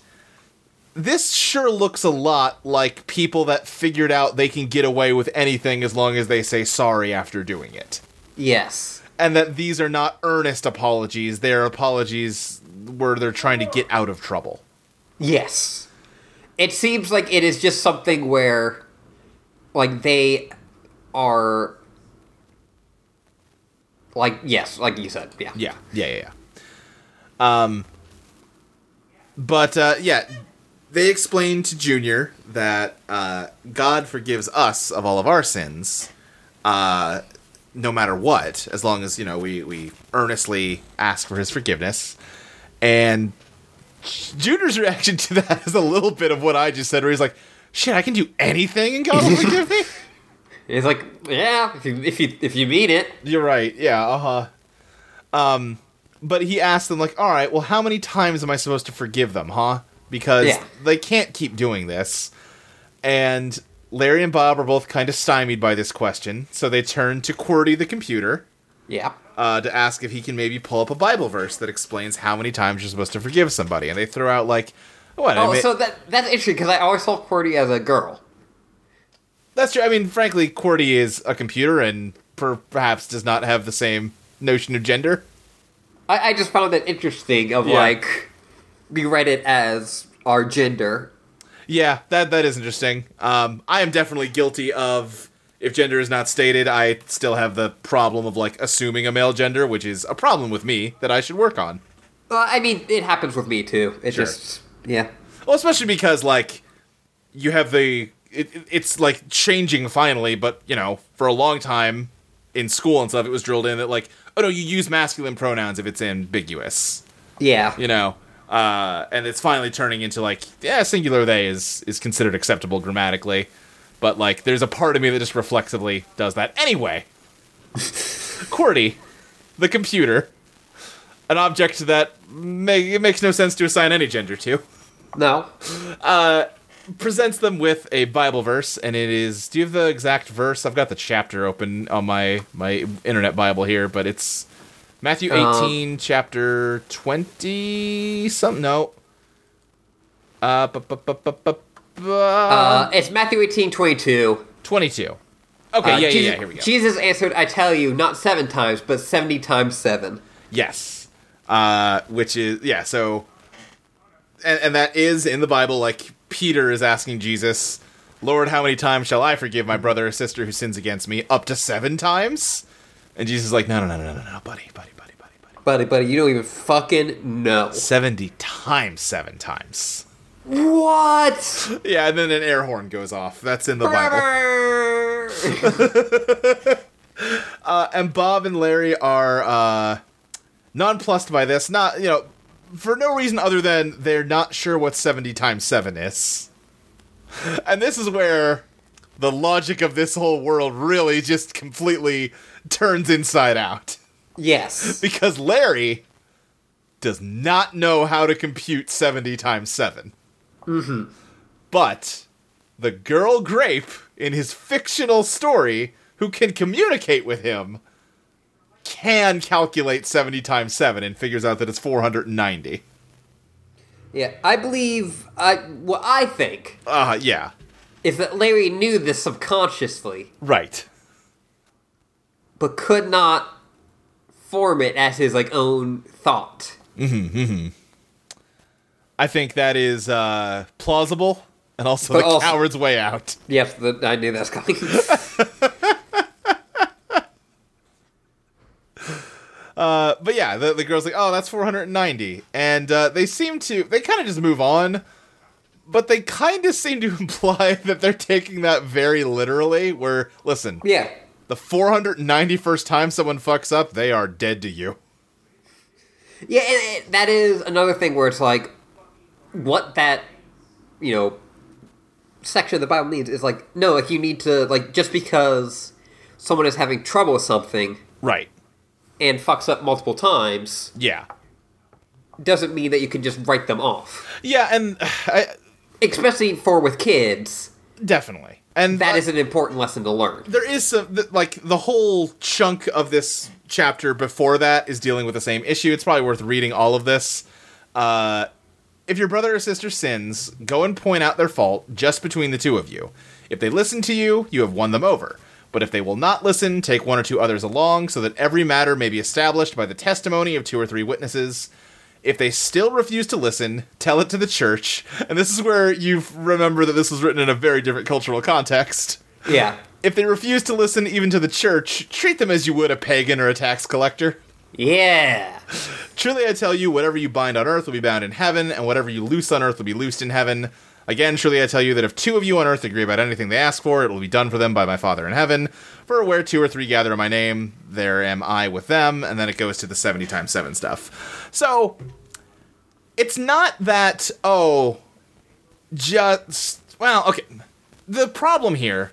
this sure looks a lot like people that figured out they can get away with anything as long as they say sorry after doing it.
Yes.
And that these are not earnest apologies, they are apologies where they're trying to get out of trouble.
Yes. It seems like it is just something where, like, they are. Like, yes, like you said, yeah.
Yeah, yeah, yeah. yeah. Um, but uh, yeah, they explain to Junior that uh, God forgives us of all of our sins, uh, no matter what, as long as you know we we earnestly ask for His forgiveness. And Junior's reaction to that is a little bit of what I just said, where he's like, "Shit, I can do anything, and God will forgive me."
It's like, yeah, if you, if you, if you mean it.
You're right. Yeah. Uh huh. Um, but he asked them like, "All right, well, how many times am I supposed to forgive them, huh? Because
Yeah.
they can't keep doing this." And Larry and Bob are both kind of stymied by this question, so they turn to QWERTY the computer
Yeah.
uh, to ask if he can maybe pull up a Bible verse that explains how many times you're supposed to forgive somebody. And they throw out like, "What? I
Oh,
mean-
so that that's interesting because I always saw QWERTY as a girl.
that's true. I mean, frankly, QWERTY is a computer and per- perhaps does not have the same notion of gender."
I, I just found that interesting. Of
Yeah.
like, we read it as our gender.
Yeah, that that is interesting. Um, I am definitely guilty of if gender is not stated. I still have the problem of like assuming a male gender, which is a problem with me that I should work on.
Well, I mean, it happens with me too. It
Sure.
just, yeah,
Well, especially because like you have the it, it- it's like changing finally, but you know, for a long time in school and stuff, it was drilled in that like, oh no, you use masculine pronouns if it's ambiguous.
Yeah.
you know uh, and it's finally turning into like yeah singular they is is considered acceptable grammatically but like there's a part of me that just reflexively does that anyway qwerty the computer an object that ma- it makes no sense to assign any gender to
No.
presents them with a bible verse and it is do you have the exact verse i've got the chapter open on my my internet bible here but it's matthew 18 chapter 20 something no uh, bu- bu- bu- bu- bu- bu-
Uh, it's Matthew eighteen twenty two.
22 okay
uh,
yeah, yeah
Jesus,
yeah here we go
Jesus answered, "I tell you, not seven times, but seventy times seven.
Yes. Uh, which is yeah, so and, and that is in the Bible like Peter is asking Jesus, "Lord, how many times shall I forgive my brother or sister who sins against me? Up to 7 times?" And Jesus is like, "No, no, no, no, no, no, buddy, buddy, buddy, buddy, buddy.
Buddy, buddy, you don't even fucking know
70 times 7 times."
what."
Yeah, and then an air horn goes off. That's in the Bible. and Bob and Larry are uh, nonplussed by this. Not you know, for no reason other than they're not sure what seventy times seven is. And this is where the logic of this whole world really just completely turns inside out
yes.
because Larry does not know how to compute seventy times 7 Mm-hmm. But the girl Grape in his fictional story, who can communicate with him, can calculate seventy times seven and figures out that it's four hundred and ninety.
Yeah, I believe. I what I think
Uh yeah.
is that Larry knew this subconsciously,
Right.
but could not form it as his like own thought.
I think that is uh plausible and also
But
the
also-
coward's way out.
Yes, the, I knew that's coming.
but yeah, the, the girl's like, oh, that's 490. And uh, they seem to, they kind of just move on, but they kind of seem to imply that they're taking that very literally. Where, listen,
yeah,
the 491st time someone fucks up, they are dead to you.
yeah, and, and that is another thing where it's like what that you know section of the Bible needs is like no, like you need to like just because someone is having trouble with something
Right.
and fucks up multiple times
Yeah.
doesn't mean that you can just write them off.
Yeah, and I,
especially for with kids,
definitely. And
that
I-
is an important lesson to learn.
there is some th- like the whole chunk of this chapter before that is dealing with the same issue. It's probably worth reading all of this. Uh, if your brother or sister sins, go and point out their fault just between the two of you. If they listen to you, you have won them over. But if they will not listen, take one or two others along so that every matter may be established by the testimony of two or three witnesses. If they still refuse to listen, tell it to the church. And this is where you remember that this was written in a very different cultural context.
Yeah.
If they refuse to listen even to the church, treat them as you would a pagan or a tax collector.
Yeah.
Truly I tell you, whatever you bind on earth will be bound in heaven, and whatever you loose on earth will be loosed in heaven. Again, truly I tell you that if two of you on earth agree about anything they ask for, it will be done for them by my Father in heaven. For where two or three gather in my name, there am I with them. And then it goes to the 70 times 7 stuff. So, it's not that, oh, just. Well, okay. The problem here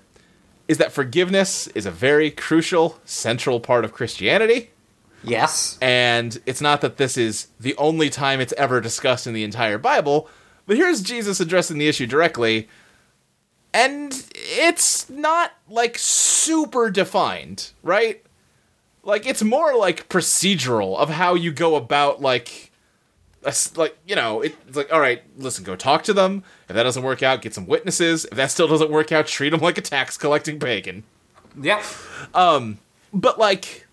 is that forgiveness is a very crucial, central part of Christianity.
Yes.
And it's not that this is the only time it's ever discussed in the entire Bible, but here's Jesus addressing the issue directly. And it's not like super defined, right? Like it's more like procedural of how you go about like a s- like you know, it- it's like all right, listen, go talk to them. If that doesn't work out, get some witnesses. If that still doesn't work out, treat them like a tax collecting pagan Um,
Yep.
but like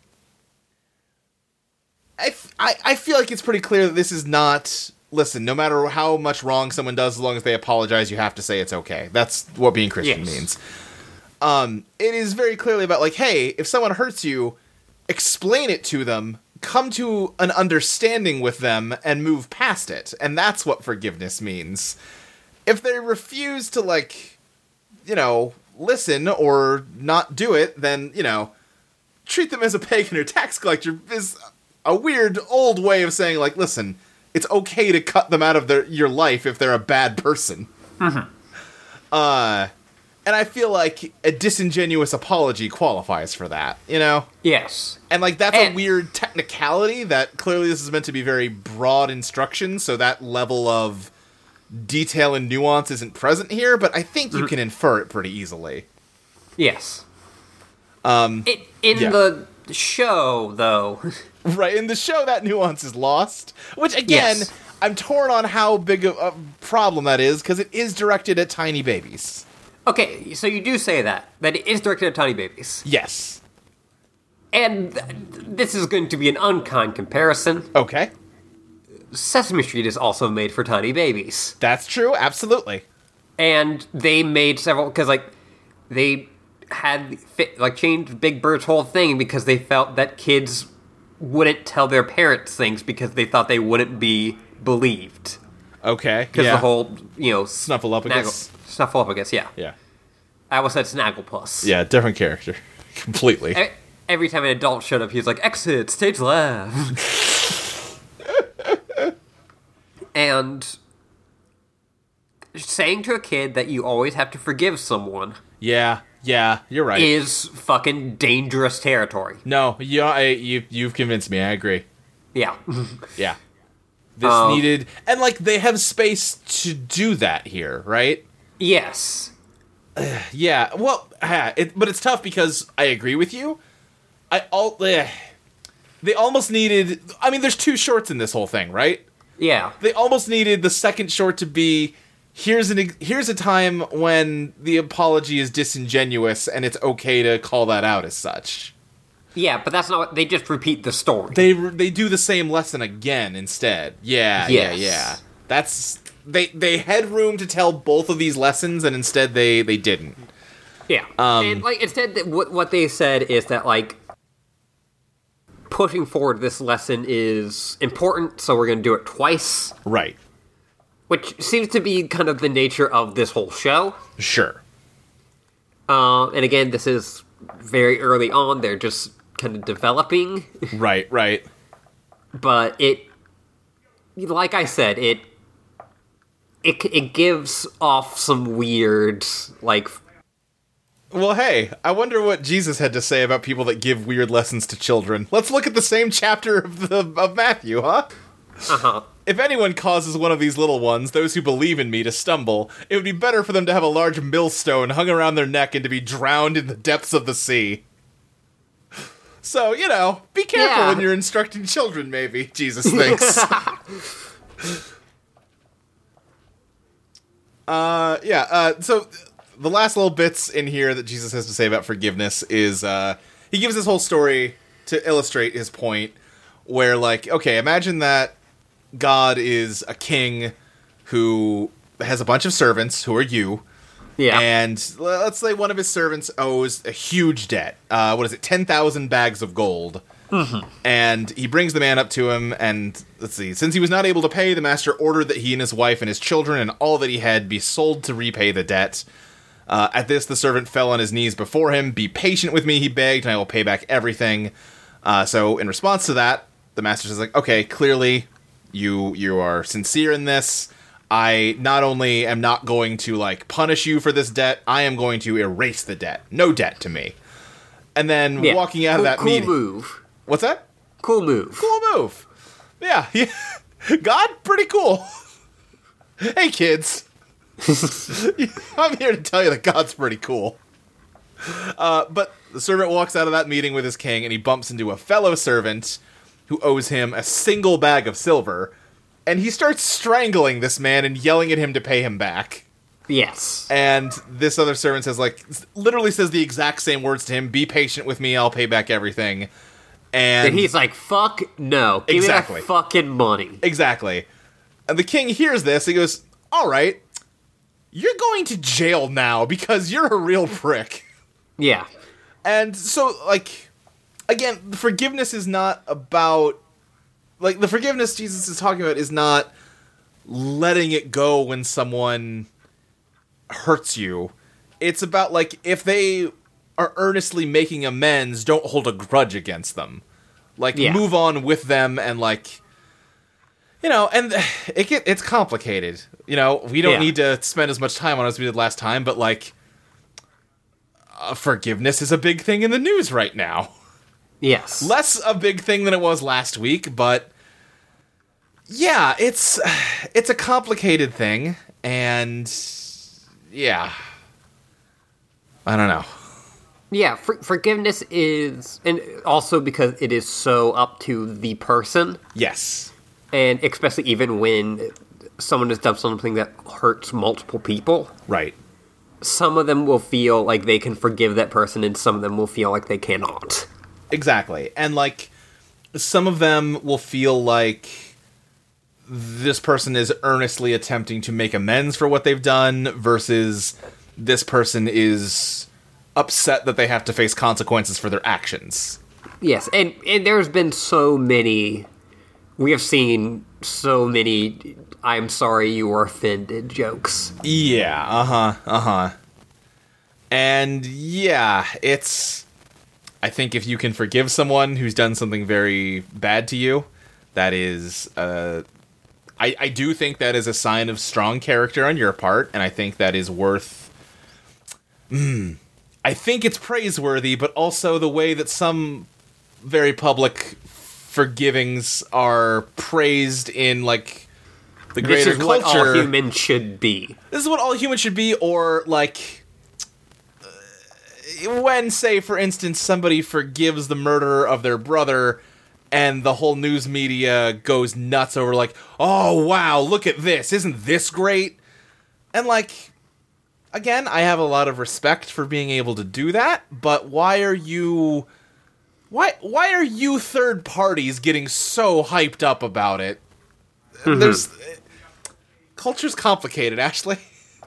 I, f- I I feel like it's pretty clear that this is not listen no matter how much wrong someone does as long as they apologize you have to say it's okay that's what being christian
Yes.
means um it is very clearly about like hey if someone hurts you explain it to them come to an understanding with them and move past it and that's what forgiveness means if they refuse to like you know listen or not do it then you know treat them as a pagan or tax collector is a weird old way of saying like, listen, it's okay to cut them out of their your life if they're a bad person. Uh, and I feel like a disingenuous apology qualifies for that, you know.
Yes.
And like that's
And-
a weird technicality that clearly this is meant to be very broad instruction, so that level of detail and nuance isn't present here, but I think you can infer it pretty easily.
Yes. Um. It, in
yeah.
the show, though,
Right, in the show that nuance is lost, which again,
Yes.
I'm torn on how big of a problem that is cuz it is directed at tiny babies.
okay, so you do say that that it is directed at tiny babies,
Yes.
and th- this is going to be an unkind comparison.
Okay.
Sesame Street is also made for tiny babies.
That's true, absolutely.
and they made several because like they had fit, like changed Big Bird's whole thing because they felt that kids wouldn't tell their parents things because they thought they wouldn't be believed
Okay.
because
yeah.
the whole you know
Snuffleupagus.
snaggle, snuffleupagus yeah.
Yeah.
I almost said snagglepuss
Yeah, different character. Completely.
E- Every time an adult showed up, he was like, "Exit, stage left," and saying to a kid that you always have to forgive someone
Yeah. Yeah, you're right.
is fucking dangerous territory.
No, you, I, you you've convinced me. I agree.
Yeah.
Yeah, this
Um,
needed, and like they have space to do that here, right?
yes.
Yeah. Well, ah, it, but it's tough because I agree with you. I all eh. they almost needed. I mean, there's two shorts in this whole thing, right?
Yeah.
They almost needed the second short to be here's an ex- here's a time when the apology is disingenuous and it's okay to call that out as such.
Yeah, but that's not what they just repeat the story.
they they do the same lesson again instead. Yeah,
Yes.
yeah, yeah. That's they they had room to tell both of these lessons, and instead they they didn't.
yeah. and like instead that what what they said is that like pushing forward this lesson is important, so we're going to do it twice,
Right.
which seems to be kind of the nature of this whole show.
Sure.
Uh, and again, this is very early on. They're just kind of developing
Right. Right.
but it like i said it it it gives off some weird like
Well, hey, I wonder what Jesus had to say about people that give weird lessons to children. Let's look at the same chapter of the of Matthew, huh?
uh-huh
If anyone causes one of these little ones, those who believe in me, to stumble, it would be better for them to have a large millstone hung around their neck and to be drowned in the depths of the sea. So, you know, be careful
Yeah.
when you're instructing children, maybe, Jesus thinks. uh, yeah, uh, so the last little bits in here that Jesus has to say about forgiveness is uh, he gives this whole story to illustrate his point where, like, okay, imagine that God is a king who has a bunch of servants who are you,
yeah
and l- let's say one of his servants owes a huge debt. Uh, what is it? Ten thousand bags of gold. And he brings the man up to him, and let's see. Since he was not able to pay, the master ordered that he and his wife and his children and all that he had be sold to repay the debt. Uh, at this, the servant fell on his knees before him. Be patient with me, he begged, and I will pay back everything. Uh, so, in response to that, the master says, "Like, okay, clearly, you you are sincere in this. I not only am not going to like punish you for this debt, I am going to erase the debt. No debt to me." And then
yeah.
walking out of
cool,
that
cool
meeting,
move
what's that?
cool move
Cool move. Yeah, yeah. God, pretty cool. hey, kids. I'm here to tell you that God's pretty cool. Uh, but the servant walks out of that meeting with his king and he bumps into a fellow servant who owes him a single bag of silver. And he starts strangling this man and yelling at him to pay him back.
yes
And this other servant says, like, s- literally says the exact same words to him Be patient with me, I'll pay back everything. And,
and he's like fuck no give
Exactly.
me that fucking money
Exactly. And the king hears this. He goes, "All right, you're going to jail now because you're a real prick."
yeah
And so, like, again, forgiveness is not about like the forgiveness Jesus is talking about is not letting it go when someone hurts you. It's about like if they are earnestly making amends, don't hold a grudge against them. Like
Yeah.
move on with them and like you know, and it get, it's complicated. You know, we don't
Yeah.
need to spend as much time on it as we did last time, but like uh, forgiveness is a big thing in the news right now.
Yes.
Less a big thing than it was last week, but yeah, it's it's a complicated thing and yeah. I don't know.
yeah, for- forgiveness is, and also because it is so up to the person,
Yes.
and especially even when someone has done something that hurts multiple people,
Right.
some of them will feel like they can forgive that person, and some of them will feel like they cannot.
Exactly. And like some of them will feel like this person is earnestly attempting to make amends for what they've done versus this person is upset that they have to face consequences for their actions.
Yes, and, and there's been so many. We have seen so many I'm sorry you were offended jokes.
Yeah, uh-huh, uh-huh. And yeah, it's I think if you can forgive someone who's done something very bad to you, that is uh I, I do think that is a sign of strong character on your part, and I think that is worth Mm. I think it's praiseworthy, but also the way that some very public forgivings are praised in like the
This
greater
is what all
culture
humans should be.
this is what all humans should be or like uh, when say for instance somebody forgives the murderer of their brother and the whole news media goes nuts over like oh wow look at this isn't this great and like again i have a lot of respect for being able to do that but why are you why why are you third parties getting so hyped up about it there's culture's complicated ashley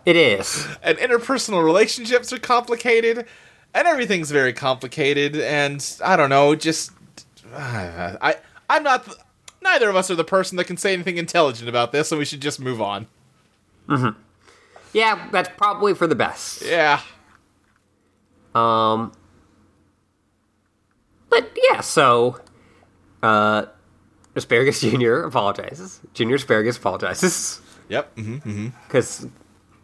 It is.
and interpersonal relationships are complicated and everything's very complicated and i don't know just uh, i i'm not th- neither of us are the person that can say anything intelligent about this so we should just move on
Yeah, that's probably for the best.
yeah
Um, but yeah, so uh, Asparagus Junior apologizes. Junior Asparagus apologizes
yep mm-hmm.
because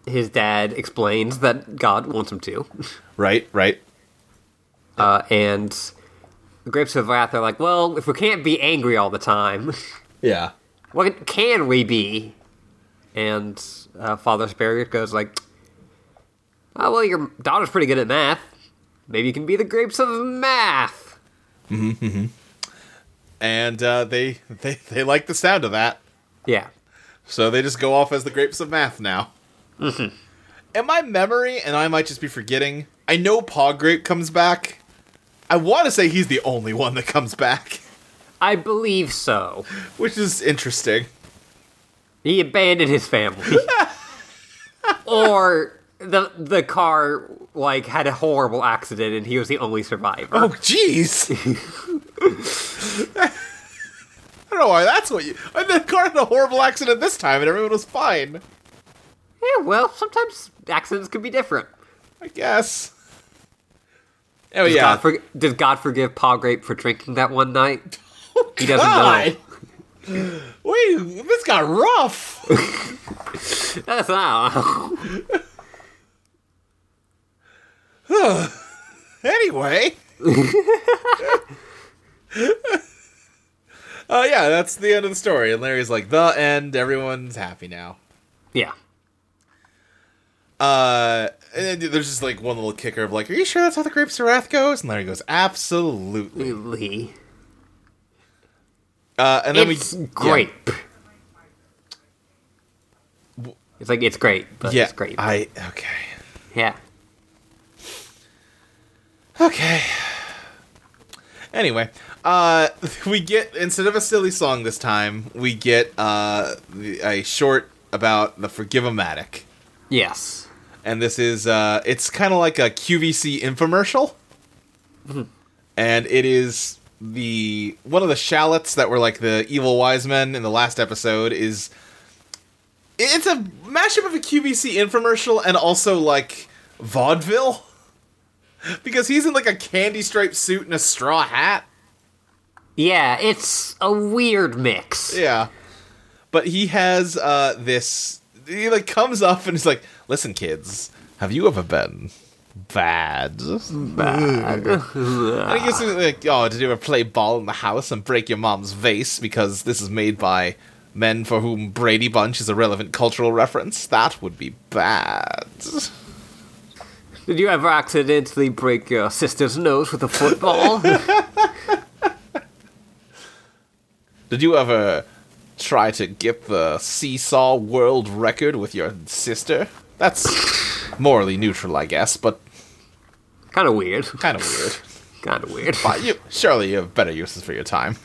his dad explains that God wants him to,
right right
uh, and the Grapes of Wrath are like, well, if we can't be angry all the time,
yeah
what can we be? And uh, Father Asparagus goes like, oh, well, your daughter's pretty good at math. Maybe you can be the Grapes of Math.
and uh, they they they like the sound of that
Yeah.
so they just go off as the grapes of math now in my memory and i might just be forgetting i know paw grape comes back i want to say he's the only one that comes back
I believe so.
which is interesting
He abandoned his family. or the the car like had a horrible accident and he was the only survivor.
Oh, jeez. I don't know why that's what you. And the car had a horrible accident this time, and everyone was fine.
Yeah, well, sometimes accidents can be different.
I guess. Oh
Does
yeah.
God for, does God forgive Paw Grape for drinking that one night? He doesn't
God.
know.
Oh, Wait, this got rough.
That's not.
anyway. Oh yeah, that's the end of the story. And Larry's like, the end. Everyone's happy now.
yeah.
Uh, and then there's just like one little kicker of like, are you sure that's how the grapes of wrath goes? And Larry goes, absolutely.
Really.
Uh, and then
It's
we
grape. It's like it's great, but
Yeah,
it's grape.
I okay,
yeah.
okay. Anyway, uh, we get instead of a silly song this time, we get uh, the- a short about the Forgive-O-Matic.
Yes.
and this is uh, it's kind of like a QVC infomercial, and it is the one of the shallots that were like the evil wise men in the last episode is it's a mashup of a QVC infomercial and also like vaudeville. because he's in like a candy striped suit and a straw hat.
Yeah, it's a weird mix.
Yeah. But he has uh this he like comes up and is like, "Listen kids, have you ever been bad?" Bad. and he gets into, like, "Oh, did you ever play ball in the house and break your mom's vase because this is made by men for whom Brady Bunch is a relevant cultural reference? That would be bad."
Did you ever accidentally break your sister's nose with a football?
Did you ever try to get the seesaw world record with your sister? That's morally neutral, I guess, but
kind of weird.
kind of weird.
Kind of weird.
But you, surely you have better uses for your time.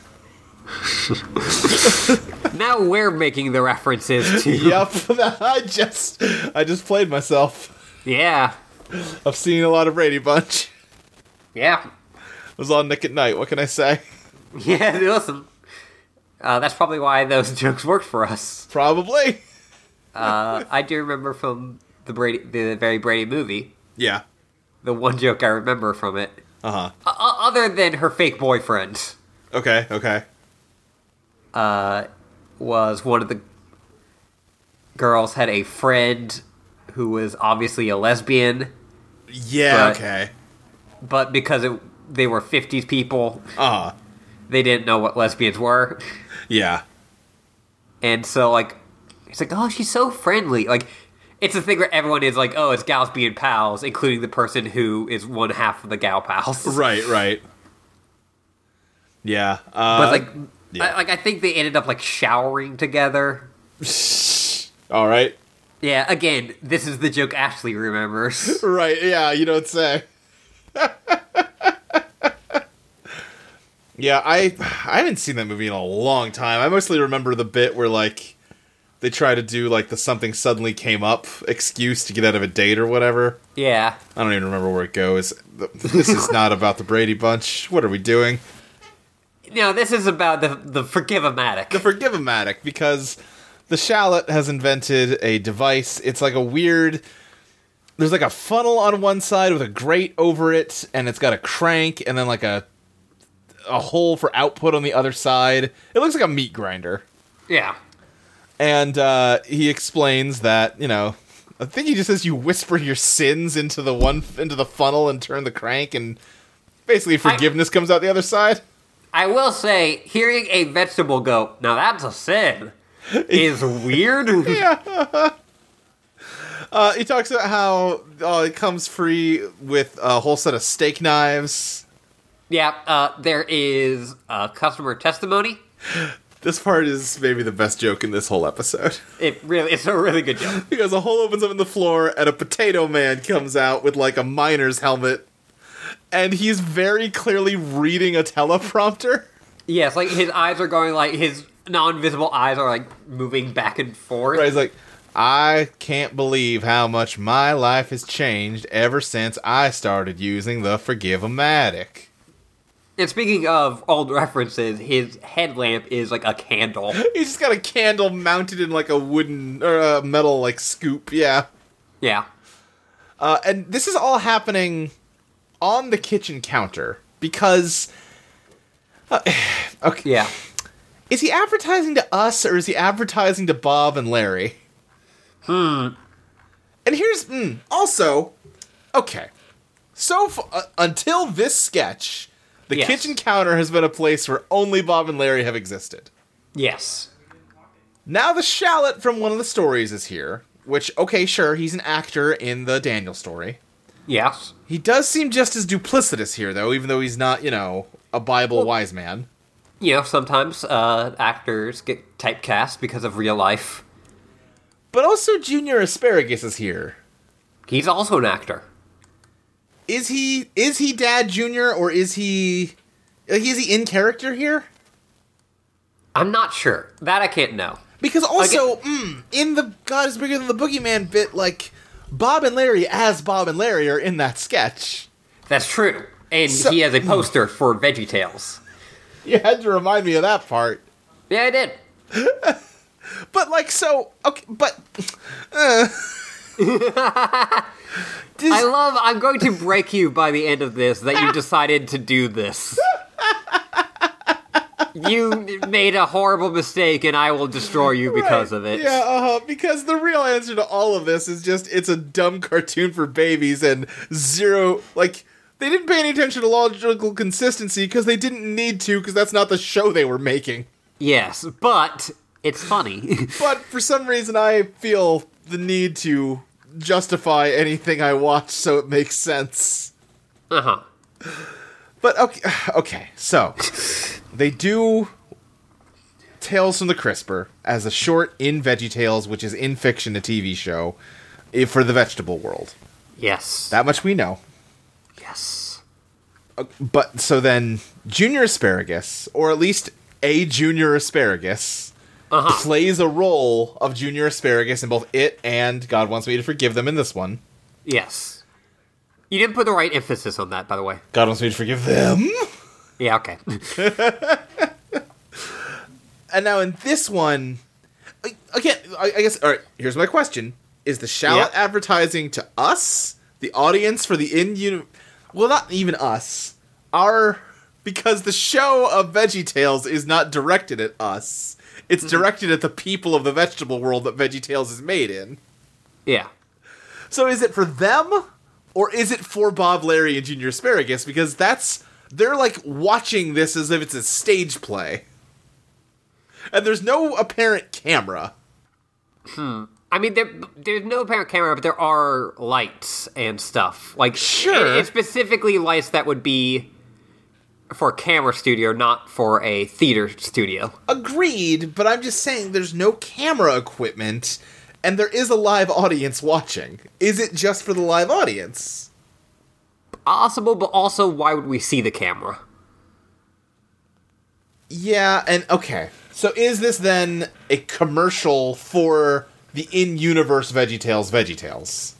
Now we're making the references to.
Yep, I just I just played myself.
Yeah.
I've seen a lot of Brady Bunch.
Yeah.
It was on Nick at Night. What can I say?
Yeah, listen. Uh, that's probably why those jokes worked for us.
Probably.
Uh, I do remember from the Brady, the very Brady movie,
Yeah.
the one joke I remember from it,
Uh
o-
huh.
o- other than her fake boyfriend,
Okay. Okay.
was one of the girls had a friend who was obviously a lesbian,
Yeah.
But-
okay.
but because it, they were 50s people,
Uh huh.
they didn't know what lesbians were.
Yeah.
And so, like, it's like, oh, she's so friendly. Like, it's a thing where everyone is like, oh, it's gals being pals, including the person who is one half of the gal pals.
Right. Right. Yeah. Uh,
But, like,
yeah.
I, like, I think they ended up, like, showering together.
all right.
Yeah, again, this is the joke Ashley remembers.
Right. Yeah. You don't say. yeah, I I haven't seen that movie in a long time. I mostly remember the bit where like they try to do like the something suddenly came up excuse to get out of a date or whatever.
yeah.
I don't even remember where it goes. This is not about the Brady Bunch. What are we doing?
No, this is about the, the forgive-o-matic.
the Forgive-O-Matic because the shallot has invented a device. It's like a weird. There's like a funnel on one side with a grate over it, and it's got a crank, and then like a a hole for output on the other side. It looks like a meat grinder.
yeah.
And uh, he explains that you know, I think he just says you whisper your sins into the one into the funnel and turn the crank, and basically forgiveness comes out the other side.
I will say, hearing a vegetable go, now that's a sin, is weird.
Uh, he talks about how uh, it comes free with a whole set of steak knives.
yeah, uh, there is uh, customer testimony.
This part is maybe the best joke in this whole episode.
It really, it's a really good joke.
because a hole opens up in the floor and a potato man comes out with like a miner's helmet. And he's very clearly reading a teleprompter.
yes, like his eyes are going like his non-visible eyes are like moving back and forth.
Right, he's like, I can't believe how much my life has changed ever since I started using the Forgive-O-Matic.
And speaking of old references, his headlamp is like a candle.
He's just got a candle mounted in like a wooden or a metal like scoop, yeah.
yeah,
Uh, and this is all happening on the kitchen counter because. Uh, okay.
yeah.
Is he advertising to us or is he advertising to Bob and Larry? Hmm. And here's mm, also okay. So f- uh, until this sketch, the
Yes.
kitchen counter has been a place where only Bob and Larry have existed.
Yes.
Now the shallot from one of the stories is here, which okay, sure, he's an actor in the Daniel story.
Yes.
He does seem just as duplicitous here, though, even though he's not, you know, a Bible wise man.
You know, sometimes uh, actors get typecast because of real life.
But also, Junior Asparagus is here.
He's also an actor.
Is he is he Dad Junior or is he like is he in character here?
I'm not sure. That I can't know.
Because also, mm, in the God is bigger than the boogeyman bit, like Bob and Larry as Bob and Larry are in that sketch.
That's true. And
So-
he has a poster for Veggie Tales.
You had to remind me of that part.
Yeah, I did.
But like so, okay, but. Uh. This-
I love. I'm going to break you by the end of this that you decided to do this. you made a horrible mistake, and I will destroy you because
Right.
of it.
Yeah, uh-huh, because the real answer to all of this is just it's a dumb cartoon for babies and zero like they didn't pay any attention to logical consistency because they didn't need to because that's not the show they were making.
Yes, but it's funny.
But for some reason, I feel the need to justify anything I watch so it makes sense.
uh huh.
But okay, okay. So they do Tales from the Crisper as a short in Veggie Tales, which is in fiction a TV show eh, for the vegetable world.
Yes.
That much we know.
yes.
But so then Junior Asparagus, or at least a Junior Asparagus, plays a role of Junior Asparagus in both it and God Wants Me to Forgive Them in this one.
Yes. You didn't put the right emphasis on that, by the way.
God wants me to forgive them.
Yeah. Okay.
And now in this one, I- again, I, I guess. All right, here's my question: Is the shallot
Yeah.
advertising to us, the audience for the in uni- Well, not even us. Our because the show of Veggie Tales is not directed at us. It's directed at the people of the vegetable world that Veggie Tales is made in.
yeah.
So is it for them or is it for Bob Larry and Junior Asparagus? Because that's they're like watching this as if it's a stage play. And there's no apparent camera.
I mean, there, there's no apparent camera, but there are lights and stuff. Like,
Sure.
and- and specifically lights that would be for a camera studio, not for a theater studio.
Agreed, but I'm just saying there's no camera equipment and there is a live audience watching. Is it just for the live audience?
Possible, but also, why would we see the camera?
Yeah, and okay. So is this then a commercial for the in-universe VeggieTales VeggieTales?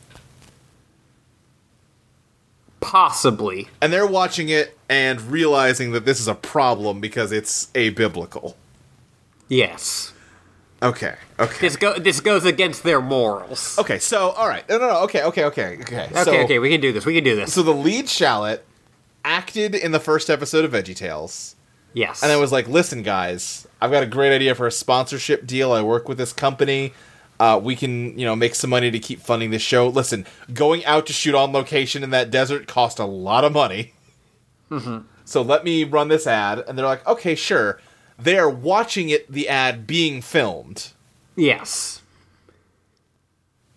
Possibly.
and they're watching it and realizing that this is a problem because it's abiblical.
Yes.
Okay. Okay.
This go. This goes against their morals.
Okay. So, all right. No, no, no. Okay. Okay. Okay. Okay.
Okay.
so,
okay. We can do this. We can do this.
So the lead Shallot acted in the first episode of VeggieTales,
yes.
and I was like, "Listen, guys, I've got a great idea for a sponsorship deal. I work with this company." Uh, we can, you know, make some money to keep funding the show. Listen, going out to shoot on location in that desert cost a lot of money. so let me run this ad and they're like okay sure they are watching it the ad being filmed
yes.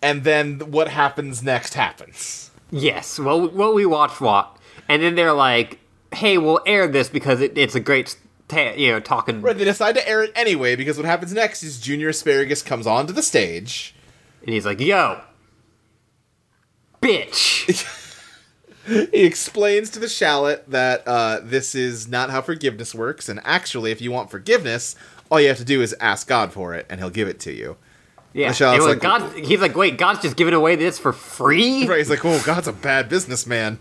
and then what happens next happens
Yes. Well, what we watched, what, and then they're like, "Hey, we'll air this because it, it's a great, ta- you know, talking."
but they decide to air it anyway because what happens next is junior asparagus comes onto the stage
And he's like, yo, bitch.
he explains to the shallot that uh, this is not how forgiveness works and actually if you want forgiveness all you have to do is ask god for it and he'll give it to you
Yeah.
Michelle,
And
it's
we're
like-
God, he's like, wait, God's just giving away this for free?
Right, he's like, oh, God's a bad businessman.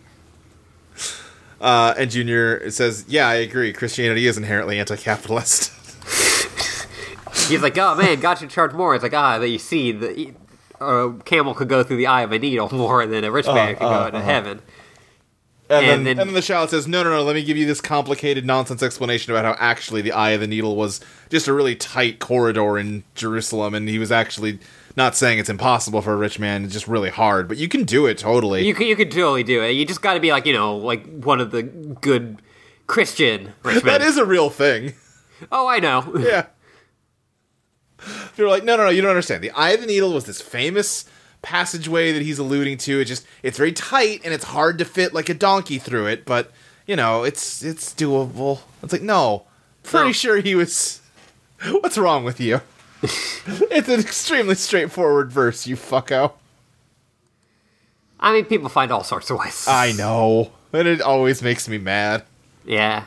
Uh, and Junior says, yeah, I agree. Christianity is inherently anti-capitalist.
He's like, oh man, God should charge more. It's like, ah, that you see, the a camel could go through the eye of a needle more than a rich man could go into heaven.
Uh, uh-huh. And, then,
And then-
and then the child says, no, no, no, let me give you this complicated nonsense explanation about how actually the eye of the needle was just a really tight corridor in Jerusalem, and he was actually not saying it's impossible for a rich man, it's just really hard, but you can do it totally.
You could, you could totally do it. You just got to be like, you know, like one of the good Christian rich men.
that is a real thing.
oh, I know.
yeah. They were like, no, no, no, you don't understand. The Eye of the Needle was this famous passageway that he's alluding to. It just, it's very tight and it's hard to fit like a donkey through it, but, you know, it's, it's doable. It's like, no, pretty
No.
sure he was, what's wrong with you? it's an extremely straightforward verse, you fucko.
I mean, people find all sorts of ways.
I know. And it always makes me mad.
Yeah.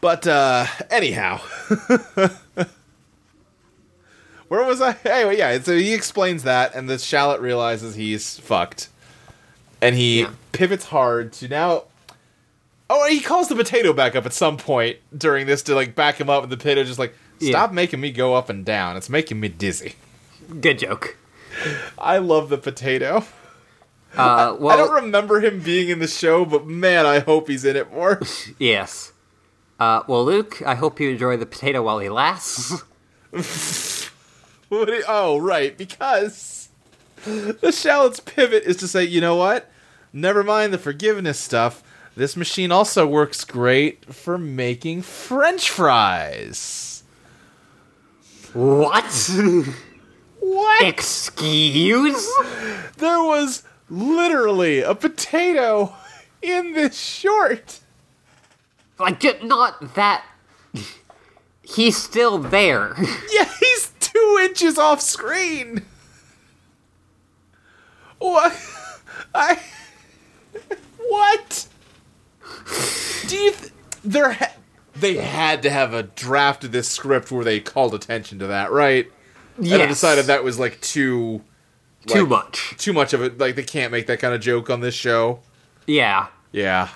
But uh anyhow. Where was I? Anyway, yeah, so he explains that and the shallot realizes he's fucked. And he
Yeah.
pivots hard to now Oh, and he calls the potato back up at some point during this to like back him up and the potato just like
Yeah.
stop making me go up and down. It's making me dizzy.
Good joke.
I love the potato.
Uh, well,
I don't remember him being in the show, but man, I hope he's in it more.
yes. Uh, well, Luke, I hope you enjoy the potato while he lasts.
What do you- oh, right, because the shallot's pivot is to say, you know what? Never mind the forgiveness stuff. This machine also works great for making French fries.
what?
What?
Excuse?
There was literally a potato in this short.
Like, just not that. He's still there.
Yeah, he's two inches off screen. What? I. What? Do you? Th- there, ha- they had to have a draft of this script where they called attention to that, right? And I
Yes.
decided that was like too,
Too
like,
much.
too much of it. Like they can't make that kind of joke on this show.
Yeah,
Yeah,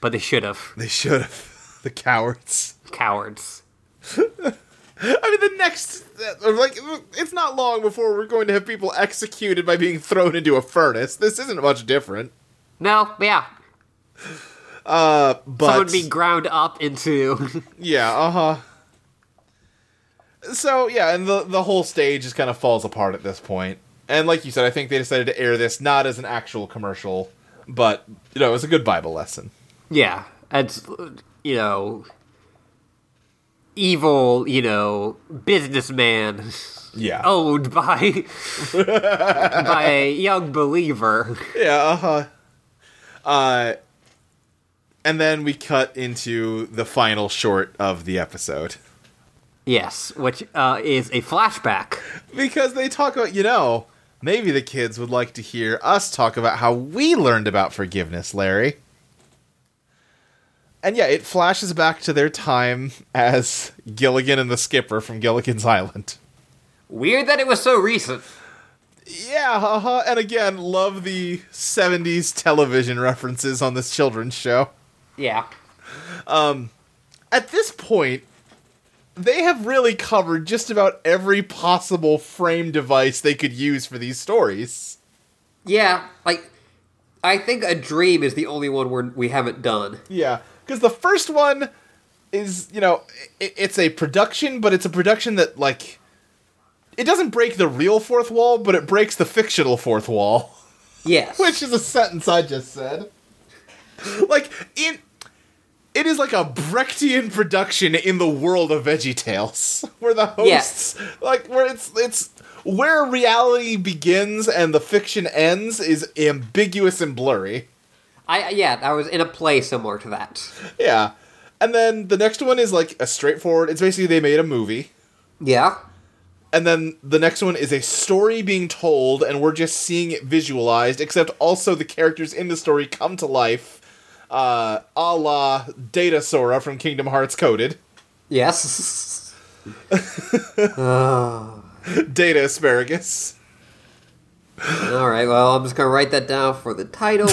but they should have.
they should have. The cowards.
Cowards.
I mean, the next, uh, like, it's not long before we're going to have people executed by being thrown into a furnace. This isn't much different.
No, yeah.
Uh, but
Someone be ground up into.
yeah, uh huh. So yeah, and the the whole stage just kind of falls apart at this point. And like you said, I think they decided to air this not as an actual commercial, but you know, it's a good Bible lesson.
Yeah, that's you know, evil, you know, businessman
Yeah.
owned by by a young believer.
Yeah, uh-huh. Uh and then we cut into the final short of the episode.
Yes, which uh, is a flashback.
Because they talk about, you know, maybe the kids would like to hear us talk about how we learned about forgiveness, Larry. And yeah, it flashes back to their time as Gilligan and the skipper from Gilligan's Island.
Weird that it was so recent.
Yeah, haha. And again, love the 70s television references on this children's show.
Yeah,
At this point, they have really covered just about every possible frame device they could use for these stories.
yeah. Like, I think a dream is the only one we're, we haven't done.
Yeah, because the first one is you know i it's a production, but it's a production that like it doesn't break the real fourth wall, but it breaks the fictional fourth wall,
Yes,
which is a sentence I just said. Like in. It is like a Brechtian production in the world of Veggie Tales, where the hosts,
Yes.
like, where it's it's where reality begins and the fiction ends is ambiguous and blurry.
I yeah, I was in a play similar to that.
Yeah. And then the next one is like a straightforward. It's basically they made a movie.
Yeah,
And then the next one is a story being told, and we're just seeing it visualized, except also the characters in the story come to life, uh, a la Data Sora from Kingdom Hearts Coded.
yes.
Data Asparagus.
All right, well, I'm just gonna write that down for the title.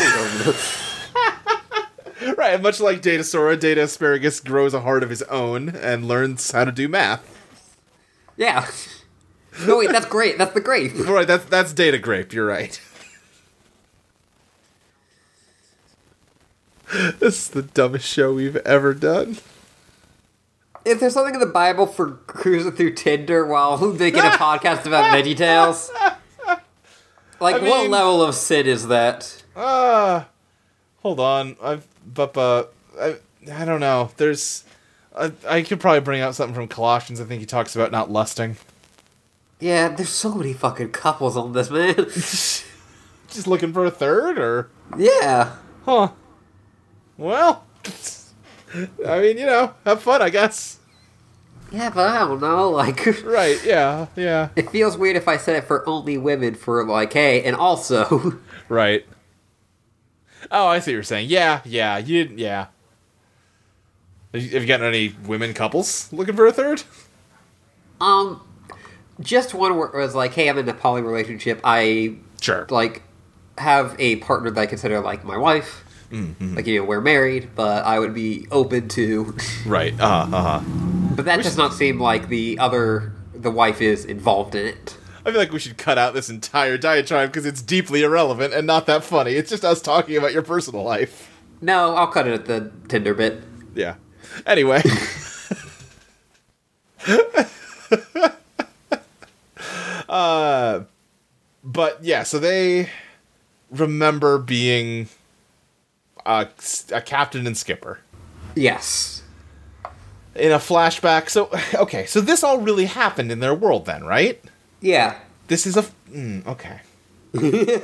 Right, much like Data Sora, Data Asparagus grows a heart of his own and learns how to do math.
yeah. No, wait, that's great. That's the grape.
Right, that's that's data grape. You're right. this is the dumbest show we've ever done.
Is there something in the Bible for cruising through Tinder while making a podcast about Veggie Tales? Like,
I
what
mean-
level of sin is that?
Ah, hold on. I've but uh, I I don't know. There's I, I could probably bring out something from Colossians. I think he talks about not lusting.
Yeah, there's so many fucking couples on this, man.
Just looking for a third, or
yeah.
huh? Well, I mean, you know, have fun, I guess.
Yeah, but I don't know. Like,
Right? Yeah. Yeah.
it feels weird if I said it for only women for, like, hey, and also.
Right. Oh, I see what you're saying. Yeah, yeah, you didn't, yeah. Have you have you gotten any women couples looking for a third?
Um, just one where it was like, hey, I'm in a poly relationship. I
Sure.
like have a partner that I consider like my wife. Like you know, we're married, but I would be open to.
Right. Uh huh.
But that does not seem like the other the wife is involved in it.
I feel like we should cut out this entire diatribe because it's deeply irrelevant and not that funny. It's just us talking about your personal life.
No, I'll cut it at the Tinder bit.
Yeah. Anyway. uh, but yeah, so they remember being a, a captain and skipper
Yes.
in a flashback. So okay, so this all really happened in their world then, right?
Yeah.
This is a f- mm, okay. Th-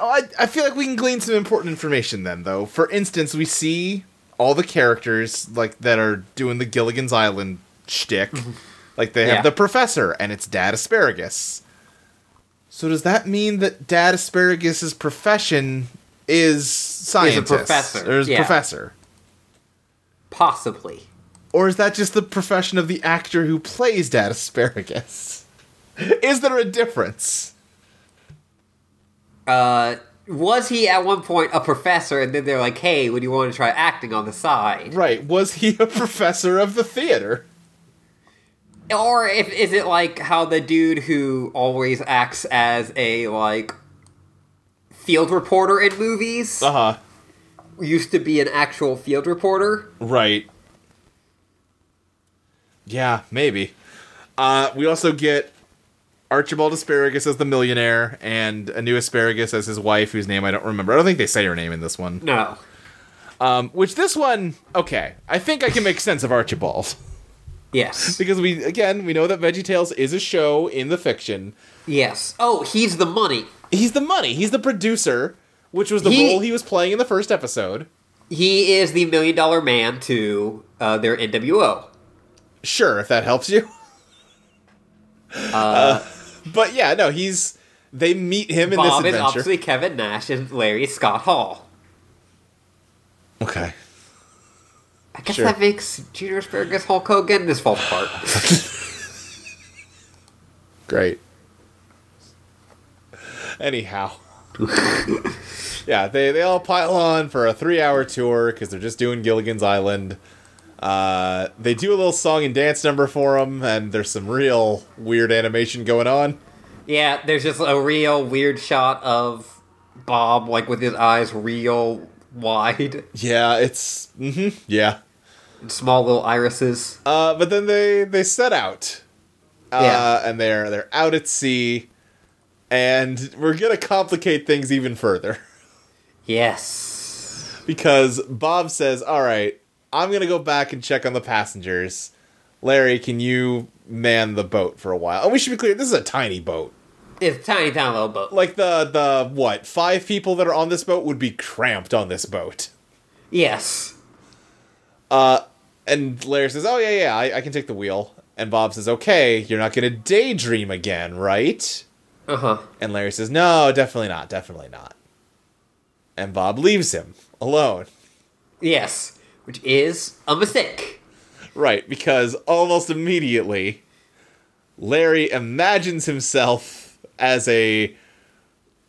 I, I feel like we can glean some important information then, though. For instance, we see all the characters like that are doing the Gilligan's Island shtick. like they have
Yeah.
the professor and it's Dad Asparagus. So does that mean that Dad Asparagus' profession is scientist?
professor,
Or is
yeah.
professor?
Possibly.
Or is that just the profession of the actor who plays Dad Asparagus? Is there a difference?
Uh, was he at one point a professor and then they're like, hey, would you want to try acting on the side?
Right, was he a professor of the theater?
Or if is it like how the dude who always acts as a like field reporter in movies
Uh huh.
used to be an actual field reporter?
Right. Yeah, maybe. Uh, we also get Archibald Asparagus as the millionaire and a new Asparagus as his wife, whose name I don't remember. I don't think they say her name in this one.
No.
Um, which this one, okay, I think I can make sense of Archibald.
Yes.
because we, again, we know that VeggieTales is a show in the fiction.
Yes. Oh, he's the money.
He's the money. He's the producer, which was the
He-
role he was playing in the first episode.
He is the million dollar man to uh, their NWO.
Sure, if that helps you. Uh, but yeah, no, he's. They meet him in
Bob
this
is
adventure.
obviously Kevin Nash and Larry is Scott Hall.
okay.
I guess
Sure.
that makes Junior Asparagus Hulk Hogan this falls apart.
Great. Anyhow. yeah, they, they all pile on for a three hour tour because they're just doing Gilligan's Island. Uh, they do a little song and dance number for him, and there's some real weird animation going on.
yeah, there's just a real weird shot of Bob like with his eyes real wide,
Yeah, it's. hmm yeah.
and small little irises.
Uh, but then they they set out. Uh,
Yeah.
and they're they're out at sea, and we're gonna complicate things even further
Yes.
because Bob says, "All right, I'm gonna go back and check on the passengers. Larry, can you man the boat for a while?" And we should be clear: this is a tiny boat.
It's a tiny tiny little boat.
Like the the what five people that are on this boat would be cramped on this boat.
Yes.
And Larry says, "Oh yeah, yeah, I, I can take the wheel." And Bob says, "Okay, you're not gonna daydream again, right?"
Uh huh.
And Larry says, No, definitely not, definitely not. And Bob leaves him alone.
Yes. Which is a mistake.
Right, because almost immediately, Larry imagines himself as a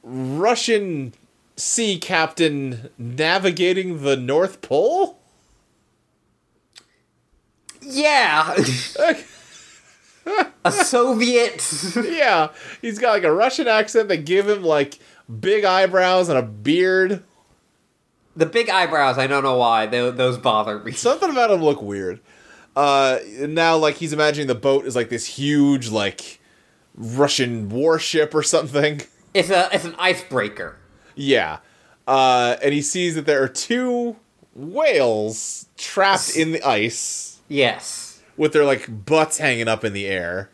Russian sea captain navigating the North Pole?
Yeah. a Soviet.
yeah, he's got like a Russian accent. They give him like big eyebrows and a beard.
the big eyebrows. I don't know why tho- those bother me.
something about him look weird. Uh, now like he's imagining the boat is like this huge like Russian warship or something.
It's a it's an icebreaker.
Yeah, uh, and he sees that there are two whales trapped in the ice
Yes.
with their like butts hanging up in the air,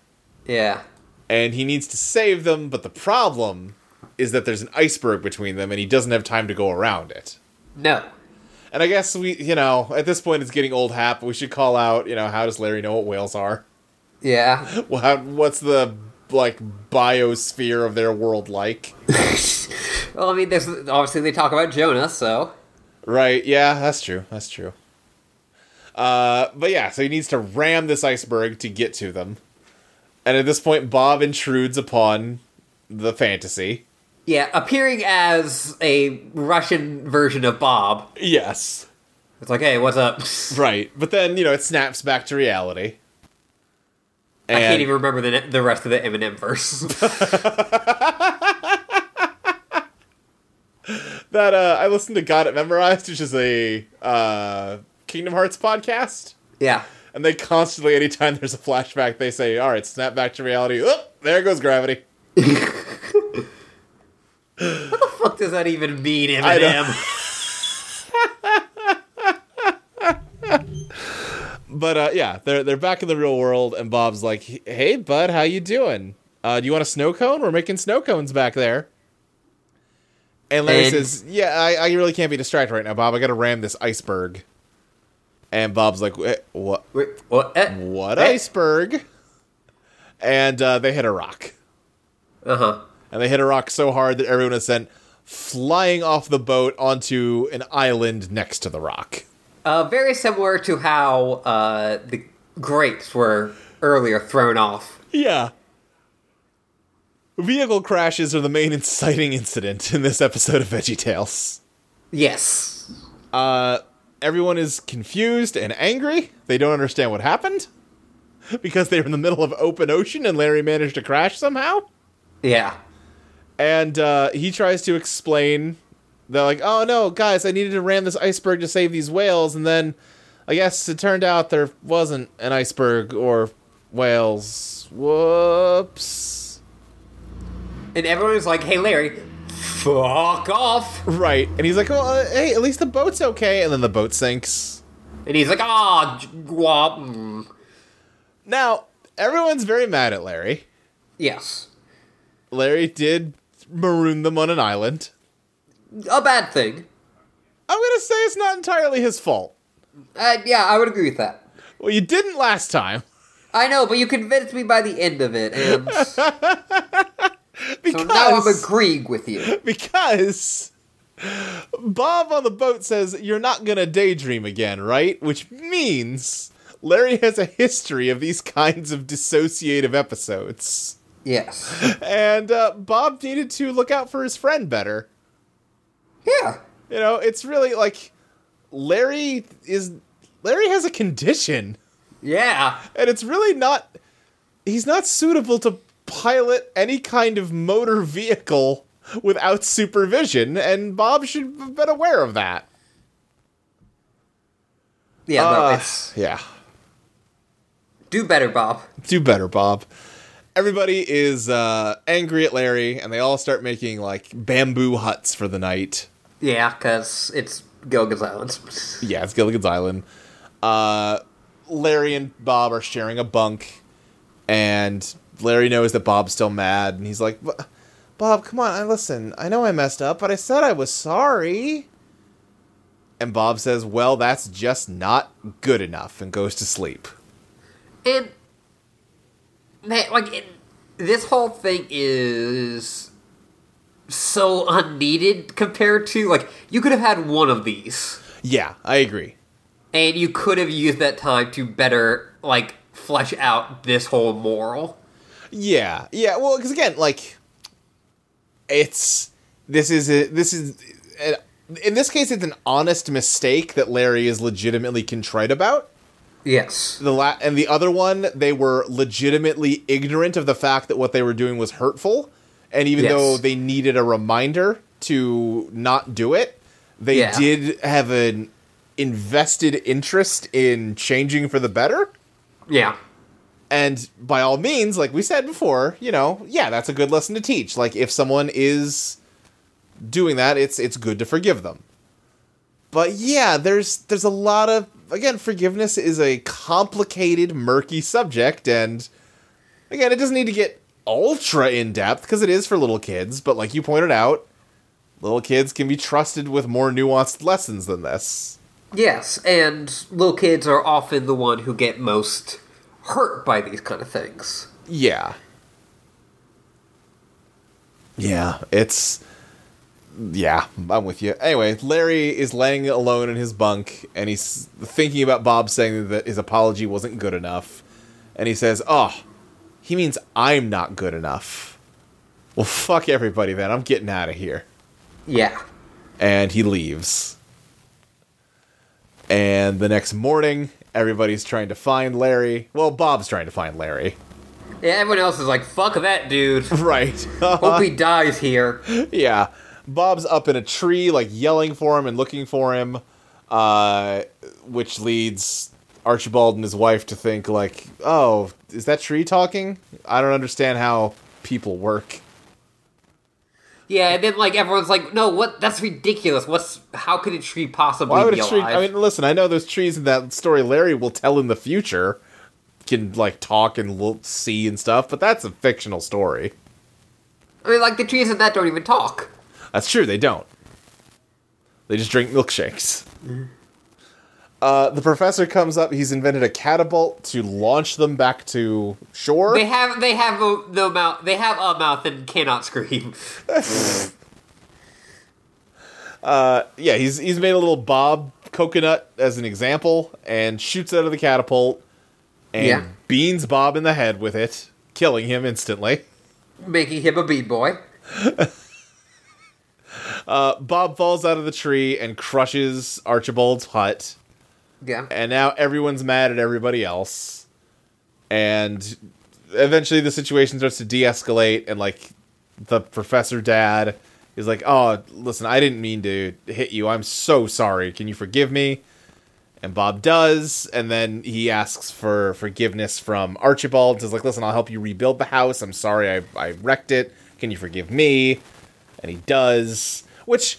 Yeah.
and he needs to save them. But the problem is that there's an iceberg between them, and he doesn't have time to go around it.
No.
And I guess we, you know, at this point it's getting old hat, but we should call out, you know, how does Larry know what whales are?
Yeah.
Well, how, what's the like biosphere of their world like?
Well, I mean, there's obviously they talk about Jonah, so
Right? Yeah, that's true. That's true. Uh, but yeah, so he needs to ram this iceberg to get to them, and at this point, Bob intrudes upon the fantasy.
yeah, appearing as a Russian version of Bob.
Yes.
It's like, hey, what's up?
Right. But then you know it snaps back to reality.
I can't
And-
even remember the, the rest of the Eminem verse.
that uh, I listened to Got It Memorized, which is a uh, Kingdom Hearts podcast,
Yeah.
and they constantly, anytime there's a flashback, they say, "All right, snap back to reality." Oh, there goes gravity.
fuck does that even mean,
I know.
Eminem?
But uh, yeah, they're they're back in the real world, and Bob's like, "Hey, bud, how you doing? Uh, do you want a snow cone? We're making snow cones back there." And Larry
And-
says, "Yeah, I, I really can't be distracted right now, Bob. I got to ram this iceberg." And Bob's like, "Wh- "What?
Wait, what? Uh
What
Eh.
iceberg?" And uh, they hit a rock,
huh.
and they hit a rock so hard that everyone is sent flying off the boat onto an island next to the rock.
Uh, very similar to how uh, the grapes were earlier thrown off.
Yeah. Vehicle crashes are the main inciting incident in this episode of Veggie Tales.
Yes.
Everyone is confused and angry. They don't understand what happened because they were in the middle of open ocean and Larry managed to crash somehow.
Yeah.
And uh, he tries to explain. They're like, "Oh no, guys! I needed to ram this iceberg to save these whales, and then I guess it turned out there wasn't an iceberg or whales. Whoops."
And everyone's like, hey, Larry, fuck off.
Right. And he's like, well, uh, hey, at least the boat's okay. And then the boat sinks.
And he's like, ah, j- guap. mm."
Now, everyone's very mad at Larry.
Yes.
Larry did maroon them on an island.
A bad thing.
I'm going to say it's not entirely his fault.
Uh, yeah, I would agree with that.
Well, you didn't last time.
I know, but you convinced me by the end of it, and so
Because,
now I'm agreeing with you.
because Bob on the boat says, you're not going to daydream again, right? Which means Larry has a history of these kinds of dissociative episodes.
Yes.
And uh, Bob needed to look out for his friend better.
Yeah.
You know, it's really like Larry is Larry has a condition
Yeah.
and it's really not he's not suitable to pilot any kind of motor vehicle without supervision and Bob should have been aware of that.
Yeah, no,
Uh,
it's
yeah.
do better, Bob.
Do better, Bob. Everybody is uh, angry at Larry and they all start making like bamboo huts for the night.
Yeah, because it's Gilligan's Island.
Yeah, it's Gilligan's Island. Uh, Larry and Bob are sharing a bunk, and Larry knows that Bob's still mad, and he's like, "Bo- "Bob, come on, I listen. I know I messed up, but I said I was sorry." And Bob says, "Well, that's just not good enough," and goes to sleep.
And man, like it, this whole thing is so unneeded compared to like you could have had one of these,
Yeah, I agree.
and you could have used that time to better like flesh out this whole moral.
Yeah, yeah. Well, because again, like, it's this is a this is an, in this case, it's an honest mistake that Larry is legitimately contrite about.
Yes.
The la- and the other one, they were legitimately ignorant of the fact that what they were doing was hurtful, and even
Yes.
though they needed a reminder to not do it, they
Yeah.
did have an invested interest in changing for the better.
Yeah.
And by all means, like we said before, you know, yeah, that's a good lesson to teach. Like if someone is doing that, it's it's good to forgive them. But yeah, there's there's a lot of again, forgiveness is a complicated, murky subject and again, it doesn't need to get ultra in depth because it is for little kids, but like you pointed out, little kids can be trusted with more nuanced lessons than this.
Yes, and little kids are often the one who get most hurt by these kind of things.
Yeah. Yeah, it's yeah, I'm with you. Anyway, Larry is laying alone in his bunk and he's thinking about Bob saying that his apology wasn't good enough. And he says, "Oh, he means I'm not good enough." Well, fuck everybody then. I'm getting out of here.
Yeah.
And he leaves. And the next morning, everybody's trying to find Larry. Well, Bob's trying to find Larry
Yeah, everyone else is like, fuck that dude.
Right.
Hope he dies here.
yeah. Bob's up in a tree, like yelling for him and looking for him, uh, which leads Archibald and his wife to think, like, oh, is that tree talking? I don't understand how people work.
Yeah, and then like everyone's like, no, what? That's ridiculous. What's? How could a tree possibly
Why would
be
a tree?
alive?
I mean, listen, I know those trees in that story Larry will tell in the future can, like, talk and will see and stuff, but that's a fictional story.
I mean, like the trees in that don't even talk.
That's true. They don't. They just drink milkshakes. Mm-hmm. Uh, the professor comes up. He's invented a catapult to launch them back to shore.
They have they have a, no mouth. They have a mouth and cannot scream.
yeah, he's he's made a little bob coconut as an example and shoots it out of the catapult and
Yeah.
beans Bob in the head with it, killing him instantly.
Making him a bean boy.
Uh, Bob falls out of the tree and crushes Archibald's hut.
Yeah.
and now everyone's mad at everybody else and eventually the situation starts to de-escalate and like the professor dad is like oh listen i didn't mean to hit you i'm so sorry can you forgive me and bob does and then he asks for forgiveness from archibald is like listen i'll help you rebuild the house i'm sorry I, I wrecked it can you forgive me and he does which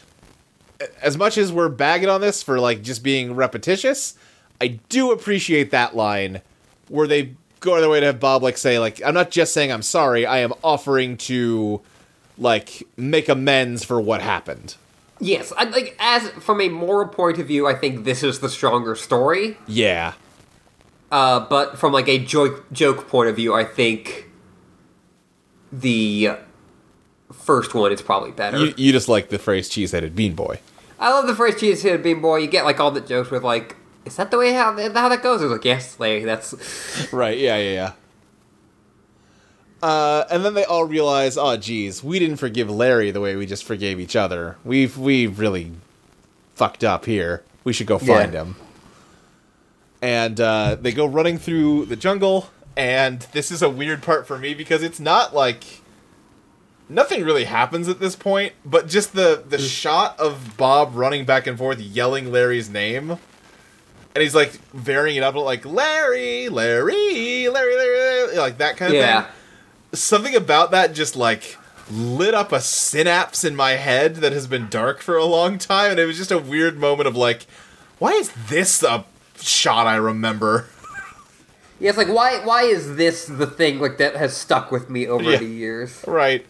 as much as we're bagging on this for like just being repetitious, I do appreciate that line where they go out of their way to have Bob like say like I'm not just saying I'm sorry, I am offering to like make amends for what happened.
Yes, I, like as from a moral point of view, I think this is the stronger story.
Yeah.
Uh, but from like a joke joke point of view, I think the uh, first one is probably better.
You, you just like the phrase cheese-headed bean boy.
I love the phrase "cheese headed bean boy." You get like all the jokes with like, "Is that the way how how that goes?" I was like, "Yes, Larry, that's."
Right, yeah, yeah, yeah. Uh, and then they all realize, oh, geez, we didn't forgive Larry the way we just forgave each other. We've we really fucked up here. We should go find
Yeah.
him. And uh, they go running through the jungle. And this is a weird part for me because it's not like nothing really happens at this point, but just the the shot of Bob running back and forth yelling Larry's name and he's like varying it up like Larry, Larry, Larry, Larry, Larry," like that kind of
Yeah.
thing. Something about that just like lit up a synapse in my head that has been dark for a long time, and it was just a weird moment of like, why is this a shot I remember?
Yeah, it's like why why is this the thing like that has stuck with me over
Yeah.
the years?
Right.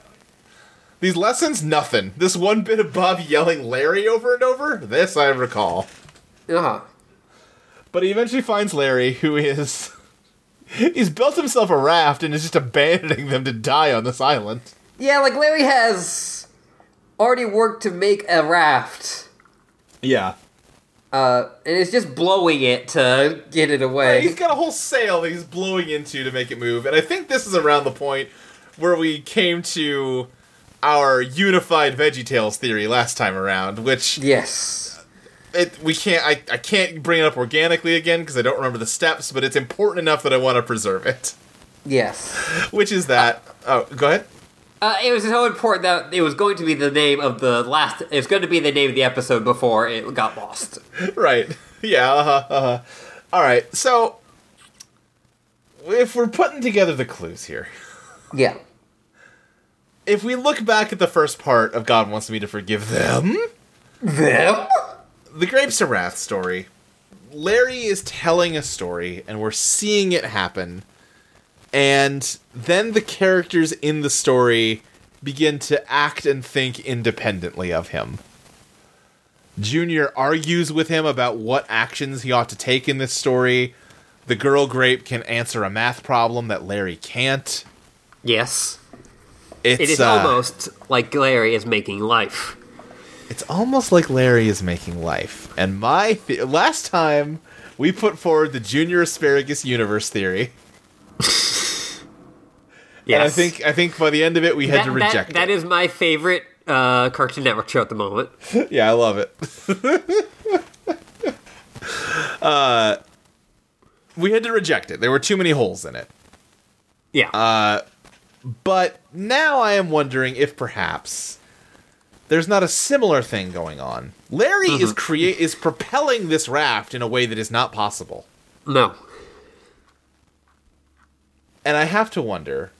These lessons, nothing. This one bit of Bob yelling Larry over and over, this I recall.
Uh-huh.
But he eventually finds Larry, who is. He's built himself a raft and is just abandoning them to die on this island.
Yeah, like Larry has already worked to make a raft,
Yeah.
uh, and is just blowing it to get it
He's
away.
got a whole sail that he's blowing into to make it move, and I think this is around the point where we came to our unified VeggieTales theory last time around, which
Yes.
it we can't I, I can't bring it up organically again because I don't remember the steps, but it's important enough that I want to preserve it.
Yes.
Which is that oh go ahead.
Uh, it was so important that it was going to be the name of the last. It was going to be the name of the episode before it got lost.
right. Yeah. Uh-huh, uh-huh. All right. So if we're putting together the clues here,
Yeah.
if we look back at the first part of God wants me to forgive them,
Them?
the Grapes of Wrath story, Larry is telling a story and we're seeing it happen. And then the characters in the story begin to act and think independently of him. Junior argues with him about what actions he ought to take in this story. The girl grape can answer a math problem that Larry can't.
Yes.
It's,
It is
uh,
almost like Larry is making life.
It's almost like Larry is making life. And my the- last time we put forward the Junior Asparagus Universe theory,
Yes.
and I think I think by the end of it we had
that,
to reject
that, that
it.
is my favorite uh, Cartoon Network show at the moment.
yeah, I love it. Uh, uh, we had to reject it. There were too many holes in it.
Yeah.
But now I am wondering if perhaps there's not a similar thing going on. Larry
Mm-hmm.
is create is propelling this raft in a way that is not possible.
no.
And I have to wonder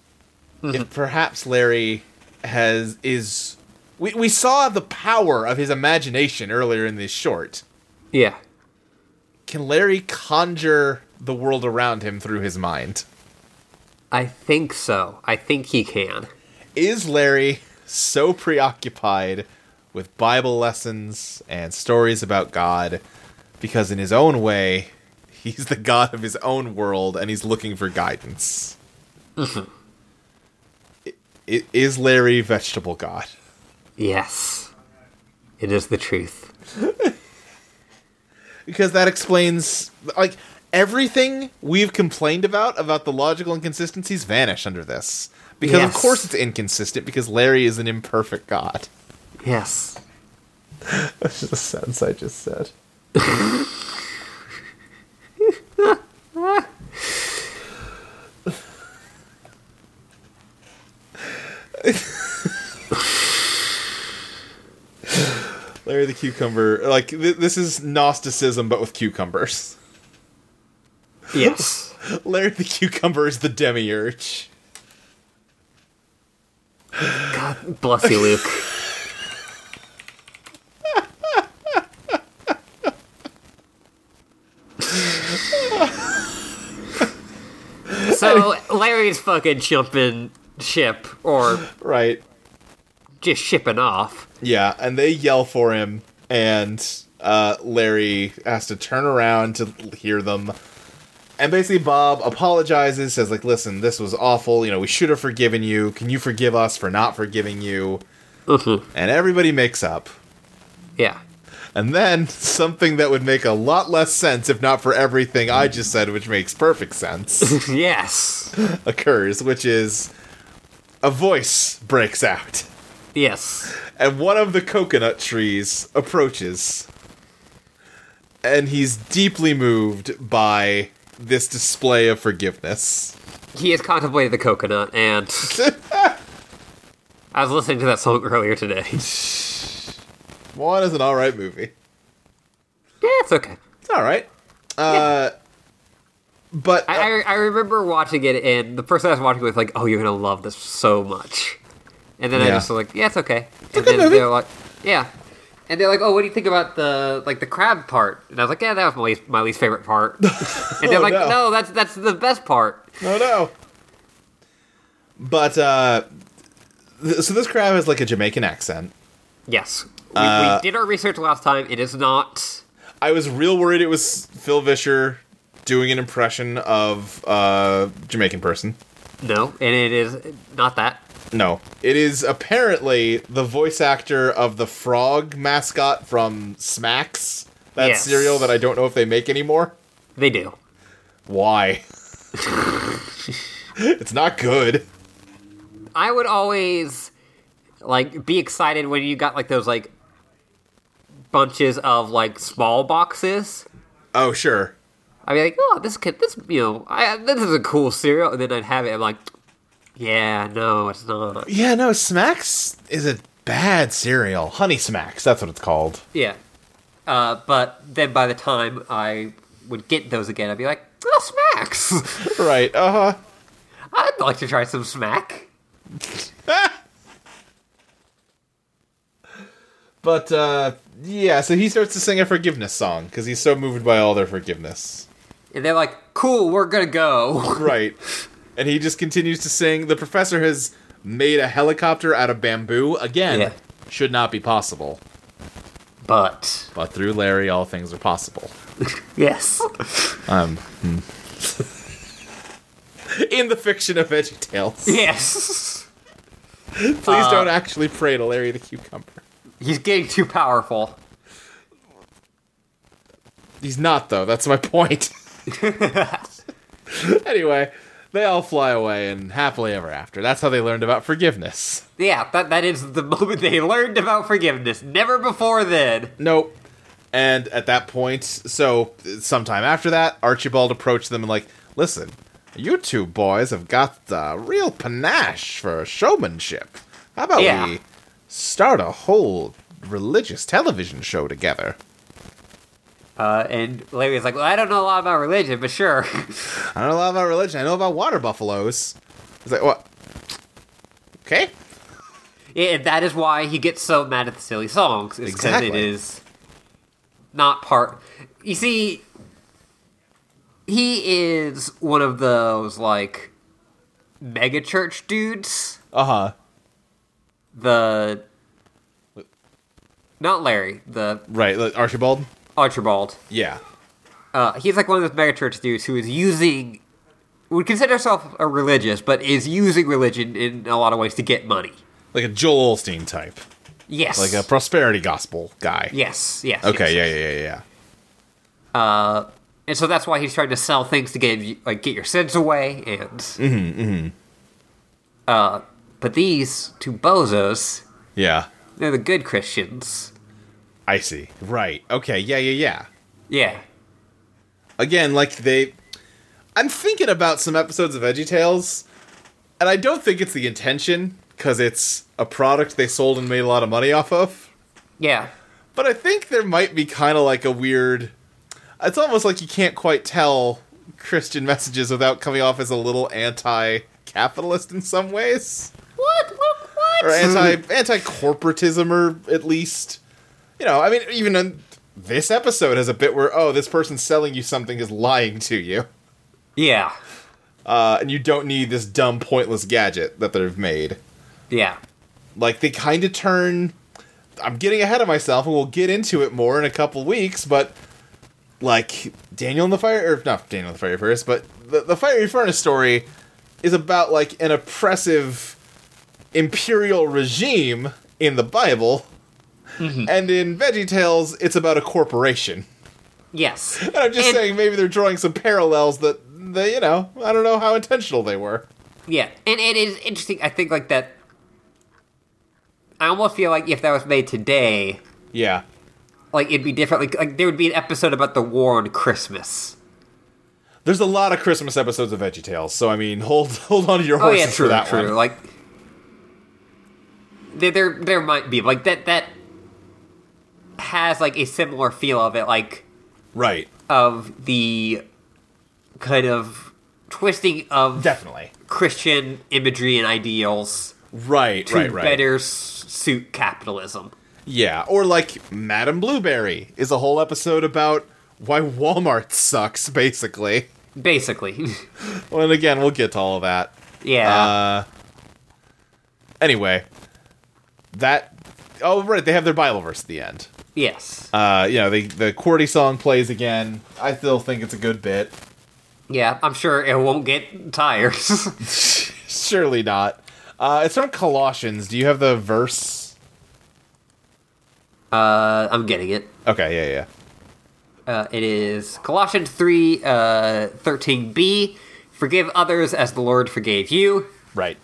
if perhaps Larry has is we, we saw the power of his imagination earlier in this short.
Yeah.
Can Larry conjure the world around him through his mind?
I think so. I think he can.
is Larry so preoccupied with Bible lessons and stories about God because, in his own way, he's the God of his own world and he's looking for guidance? I- i- Is Larry vegetable God?
Yes. It is the truth.
Because that explains, like, everything we've complained about, about the logical inconsistencies, vanish under this. Because, of
Yes.
course, it's inconsistent because Larry is an imperfect God.
Yes.
That's the sense I just said. Larry the cucumber, like th- this is Gnosticism, but with cucumbers.
Yes.
Larry the cucumber is the demiurge.
Bless you, Luke. so Larry's fucking jumping ship or
Right.
just shipping off.
Yeah, and they yell for him, and uh, Larry has to turn around to hear them. And basically, Bob apologizes, says, like, listen, this was awful. You know, we should have forgiven you. Can you forgive us for not forgiving you?
Mhm.
And everybody makes up.
yeah.
And then something that would make a lot less sense, if not for everything I just said, which makes perfect sense,
Yes.
occurs, which is a voice breaks out.
Yes.
and one of the coconut trees approaches and he's deeply moved by this display of forgiveness
He has contemplated the coconut and I was listening to that song earlier today. Yeah,
Moana is an alright movie
it's okay.
it's alright uh, but uh,
I, I, I remember watching it, and the person I was watching with like, "Oh, you're gonna love this so much," and then I
Yeah.
just was like, "Yeah, it's okay." and
good
then
movie.
they're like, "Yeah," and they're like, "Oh, what do you think about the like the crab part?" And I was like, "Yeah, that was my least, my least favorite part." and they're
Oh,
like,
no.
no. that's that's the best part."
no no but uh, th- so this crab has like a jamaican accent
Yes, we,
Uh,
we did our research last time. It is not.
i was real worried it was phil vischer doing an impression of uh, jamaican person
No, and it is not that.
No. It is apparently the voice actor of the frog mascot from Smacks, that
Yes.
cereal that I don't know if they make anymore.
They do.
Why? it's not good.
I would always like be excited when you got like those like bunches of like small boxes.
Oh, sure.
I'd be like, oh, this could this you know, I, this is a cool cereal, and then I'd have it. I'm like, yeah, no, it's not.
Yeah, no, Smacks is a bad cereal. Honey Smacks, that's what it's called.
Yeah, uh, but then by the time I would get those again, I'd be like, oh, smacks!
Right, uh huh.
I'd like to try some smack.
But, uh, yeah, so he starts to sing a forgiveness song because he's so moved by all their forgiveness.
And they're like, cool, we're gonna go.
Right. And he just continues to sing. The professor has made a helicopter out of bamboo. Again,
Yeah.
should not be possible.
But
But through Larry, all things are possible.
yes,
In the fiction of Veggie Tales.
yes,
Please don't actually pray to Larry the Cucumber.
he's getting too powerful.
He's not, though. That's my point. anyway, they all fly away and happily ever after. That's how they learned about forgiveness.
Yeah, that that is the moment they learned about forgiveness. Never before then.
Nope. And at that point, so sometime after that, Archibald approached them and like, listen, You two boys have got the real panache for showmanship. How about
Yeah.
we start a whole religious television show together?
Uh, and Larry was like, "Well, I don't know a lot about religion, but sure."
I don't know a lot about religion. I know about water buffaloes. It's like, what? Okay.
Yeah, and that is why he gets so mad at the silly songs. Is 'cause
Exactly.
it is not part. You see, he is one of those like mega church dudes.
Uh huh.
The not Larry, the
Right. like Archibald?
Archibald.
Yeah.
Uh, he's like one of those mega church dudes who is using would consider himself a religious, but is using religion in a lot of ways to get money.
Like a Joel Olstein type.
Yes,
Like a prosperity gospel guy.
yes, yes. yes.
Okay, yeah, yeah, yeah, yeah.
and so that's why he's trying to sell things to get you- like get your sins away and uh
Mm-hmm,
but these two bozos
Yeah.
they're the good christians
I see. Right. Okay, yeah, yeah, yeah.
yeah
again, like they. I'm thinking about some episodes of VeggieTales, and I don't think it's the intention because it's a product they sold and made a lot of money off of.
yeah
But I think there might be kind of like a weird. It's almost like you can't quite tell Christian messages without coming off as a little anti-capitalist in some ways,
what what what
or anti anti-corporatism, or at least you know. I mean, even in this episode has a bit where oh, this person selling you something is lying to you.
yeah
uh, and you don't need this dumb, pointless gadget that they've made.
yeah
Like they kind of turn. I'm getting ahead of myself, and we'll get into it more in a couple weeks. But like Daniel in the Fire, or not Daniel in the Fiery Furnace, but the, the Fiery Furnace story is about like an oppressive imperial regime in the Bible, and in Veggie Tales, it's about a corporation.
yes
And I'm just
And-
saying, maybe they're drawing some parallels that they, you know, I don't know how intentional they were.
yeah and it is interesting i think like that i almost feel like if that was made today
Yeah.
like it'd be different like, like there would be an episode about the war on christmas
There's a lot of Christmas episodes of VeggieTales, so I mean, hold hold on to your
Oh
horses
yeah, true,
for that
true.
one.
Like there, there, there might be like that. That has like a similar feel of it, like
right,
of the kind of twisting of
definitely.
Christian imagery and ideals
Right,
to
right, right.
better s- suit capitalism.
Yeah, or like Madame Blueberry is a whole episode about why Walmart sucks, basically.
Basically,
Well, and again, we'll get to all of that.
yeah,
Uh, anyway, that. Oh, right, they have their Bible verse at the end.
yes,
Uh, you know, the the QWERTY song plays again. I still think it's a good bit.
yeah. I'm sure it won't get tired.
Surely not. Uh, it's from Colossians. Do you have the verse?
uh, I'm getting it.
Okay, yeah, yeah.
Uh, it is Colossians 3 uh, 13b. Forgive others as the Lord forgave you.
Right.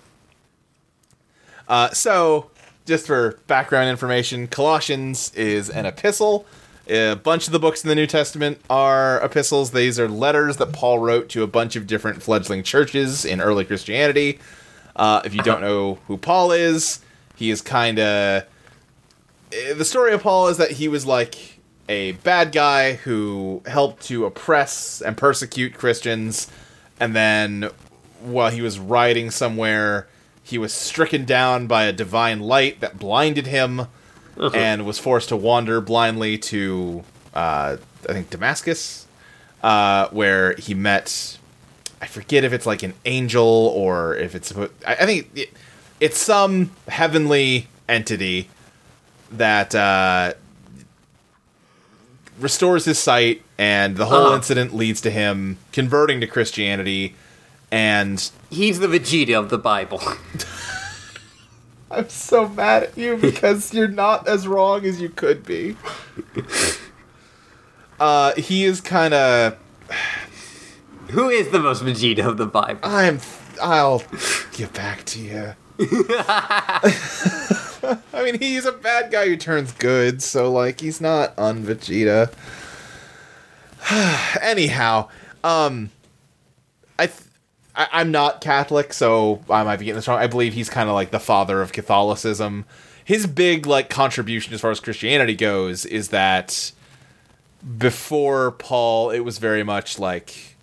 Uh, so, just for background information, Colossians is an epistle. A bunch of the books in the New Testament are epistles. These are letters that Paul wrote to a bunch of different fledgling churches in early Christianity. Uh, if you don't know who Paul is, he is kind of. The story of Paul is that he was like a bad guy who helped to oppress and persecute Christians, and then while he was riding somewhere, he was stricken down by a divine light that blinded him and was forced to wander blindly to, uh, I think, Damascus, uh, where he met, I forget if it's like an angel or if it's, I, I think it, it's some heavenly entity that uh, restores his sight, and the whole
Uh.
incident leads to him converting to Christianity. And
He's the Vegeta of the Bible.
I'm so mad at you because you're not as wrong as you could be. Uh, he is kind of.
Who is the most Vegeta of the Bible?
I'm. I'll get back to you. I mean, he's a bad guy who turns good, so like he's not un Vegeta. Anyhow, um, I th- I, I'm not Catholic, so I might be getting this wrong. I believe he's kind of like the father of Catholicism. His big like contribution as far as Christianity goes is that before Paul, it was very much like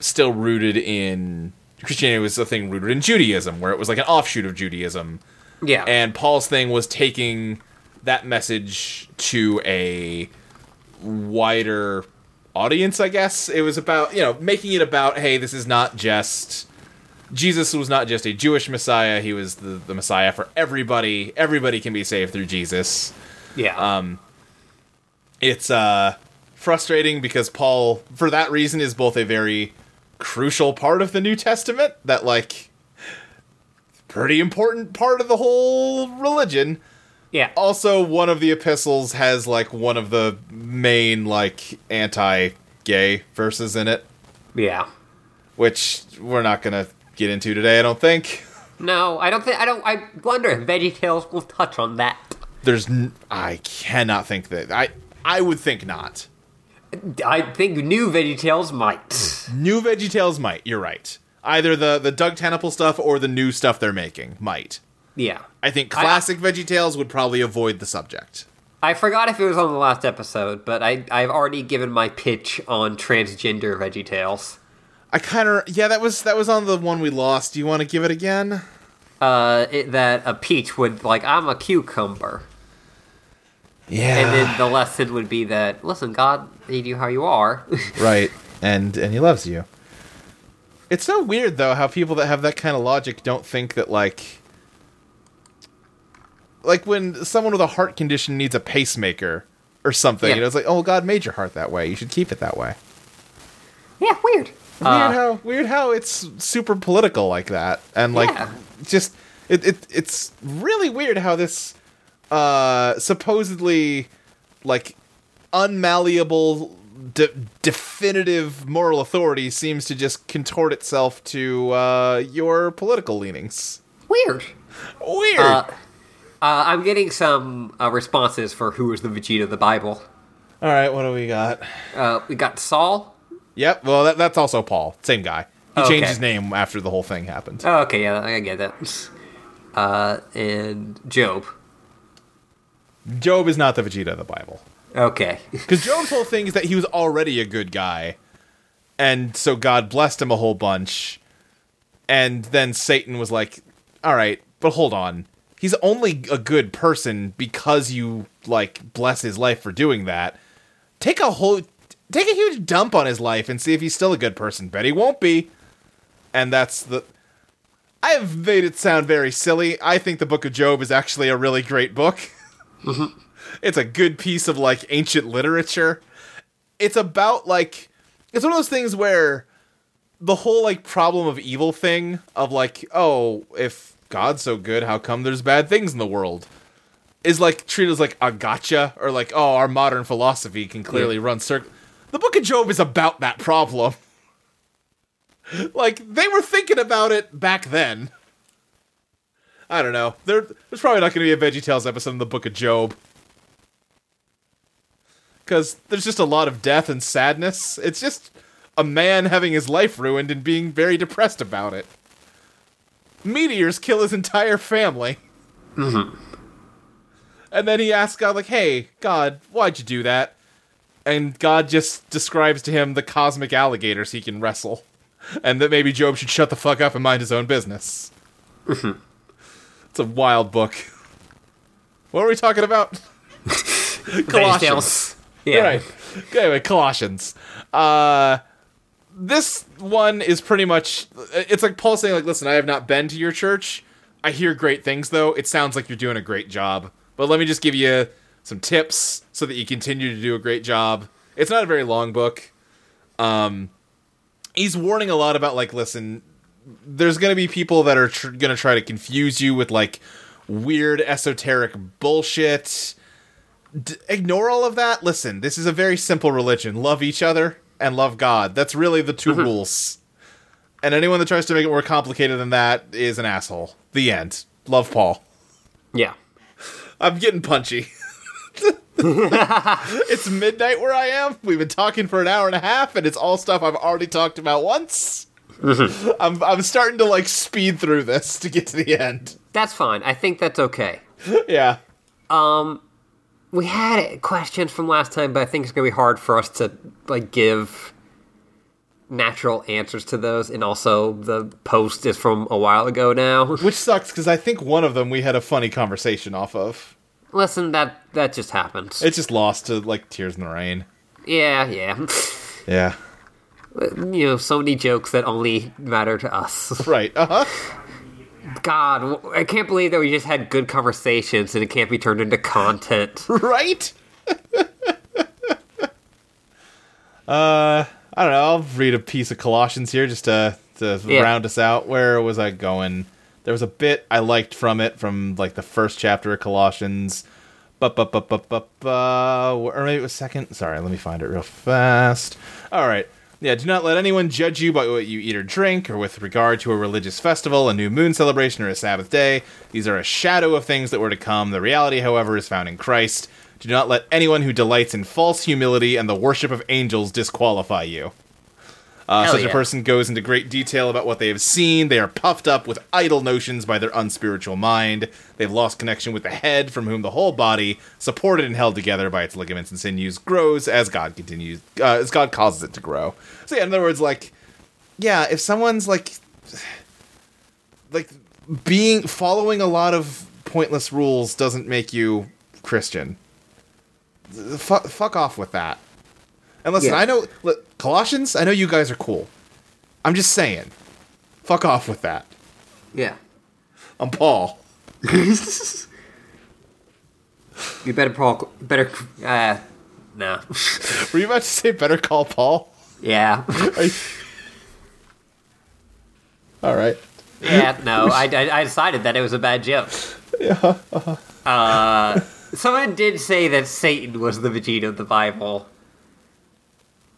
still rooted in Christianity was a thing rooted in Judaism, where it was like an offshoot of Judaism.
Yeah.
And Paul's thing was taking that message to a wider audience, I guess. It was about, you know, making it about, hey, this is not just. Jesus was not just a Jewish Messiah, he was the, the Messiah for everybody. Everybody can be saved through Jesus.
yeah.
um, It's uh, frustrating because Paul, for that reason, is both a very crucial part of the New Testament, that, like, pretty important part of the whole religion.
yeah.
also one of the epistles has like one of the main like anti-gay verses in it
yeah.
which we're not gonna get into today i don't think
No, I don't think I don't. I wonder if Veggie Tales will touch on that.
there's n- i cannot think that i i would think not
I think new Veggie Tales might.
new veggie tales might you're right either the the doug Tenable stuff or the new stuff they're making might
Yeah.
i think classic veggie tales would probably avoid the subject
I forgot if it was on the last episode, but I I've already given my pitch on transgender Veggie Tales.
i kind of yeah that was that was on the one we lost do you want to give it again
Uh, it, that a peach would like I'm a cucumber,
yeah
and then the lesson would be that listen, God made you how you are.
right and and he loves you it's so weird though how people that have that kind of logic don't think that like like when someone with a heart condition needs a pacemaker or something
Yeah.
you know it's like oh god made your heart that way you should keep it that way
yeah, weird. Uh,
weird how weird how it's super political like that and like
Yeah.
just it, it it's really weird how this uh supposedly like unmalleable de- definitive moral authority seems to just contort itself to uh your political leanings
weird.
weird
Uh, uh, I'm getting some uh, responses for who is the Vegeta of the Bible.
all right what do we got
Uh, we got Saul.
yep well that, that's also paul same guy he changed
Okay.
his name after the whole thing happened
Oh, okay, yeah, I get that. Uh, and Job.
job is not the vegeta of the bible
Okay.
Because Job's whole thing is that he was already a good guy, and so God blessed him a whole bunch, and then Satan was like, "All right, but hold on, he's only a good person because you like bless his life for doing that. Take a whole, take a huge dump on his life and see if he's still a good person. Bet he won't be." And that's the. I have made it sound very silly. I think the Book of Job is actually a really great book it's a good piece of like ancient literature. It's about like it's one of those things where the whole like problem of evil thing of like oh if God's so good how come there's bad things in the world is like treated as like a gotcha or like oh our modern philosophy can clearly run circ. The Book of Job is about that problem. like they were thinking about it back then. I don't know. There, there's probably not going to be a VeggieTales episode in the Book of Job because there's just a lot of death and sadness. It's just a man having his life ruined and being very depressed about it. Meteors kill his entire family. Mm-hmm. And then he asks God, like, hey, God, why'd you do that? And God just describes to him the cosmic alligators he can wrestle. And that maybe Job should shut the fuck up and mind his own business. it's a wild book. What were we talking about?
Veggie Tales. Yeah.
All right. Anyway, Colossians. Uh, this one is pretty much. It's like Paul saying, like, listen, I have not been to your church. I hear great things, though. It sounds like you're doing a great job. But let me just give you some tips so that you continue to do a great job. It's not a very long book. Um, he's warning a lot about, like, listen, there's going to be people that are tr- going to try to confuse you with, like, weird esoteric bullshit ignore all of that. Listen, this is a very simple religion. Love each other and love God. That's really the 2 rules. And anyone that tries to make it more complicated than that is an asshole. The end. Love Paul.
Yeah.
I'm getting punchy. it's midnight where I am. We've been talking for an hour and a half, and it's all stuff I've already talked about once. I'm I'm starting to like speed through this to get to the end.
That's fine. I think that's okay.
Yeah.
We had questions from last time, but I think it's gonna be hard for us to like give natural answers to those. And also, the post is from a while ago now.
Which sucks because I think one of them we had a funny conversation off of.
Listen, that that just happens.
It just lost to like tears in the rain.
yeah, yeah.
Yeah.
you know, so many jokes that only matter to us.
Right. Uh huh.
God, I can't believe that we just had good conversations and it can't be turned into content.
Right. uh, I don't know. I'll read a piece of Colossians here just to to
Yeah.
round us out. Where was I going? There was a bit I liked from it from like the first chapter of Colossians. But but but but but uh, or maybe it was second. Sorry, let me find it real fast. All right. Yeah, do not let anyone judge you by what you eat or drink, or with regard to a religious festival, a new moon celebration, or a Sabbath day. These are a shadow of things that were to come. The reality, however, is found in Christ. Do not let anyone who delights in false humility and the worship of angels disqualify you. Uh,
Hell
such a
yeah.
person goes into great detail about what they have seen. They are puffed up with idle notions by their unspiritual mind. They've lost connection with the head, from whom the whole body, supported and held together by its ligaments and sinews, grows as God continues, uh, as God causes it to grow. So, yeah, in other words, like, yeah, if someone's like, like being following a lot of pointless rules doesn't make you Christian. Fuck, fuck off with that. And listen,
Yeah.
I know look, Colossians. I know you guys are cool. I'm just saying, fuck off with that.
Yeah.
I'm Paul.
You better Paul. Better. Uh,
no.
Were you about to say better call Paul?
Yeah.
Are you- All right.
Yeah, no. I, I, I decided that it was a bad joke. Yeah. Uh, someone did say that Satan was the Vegeta of the Bible.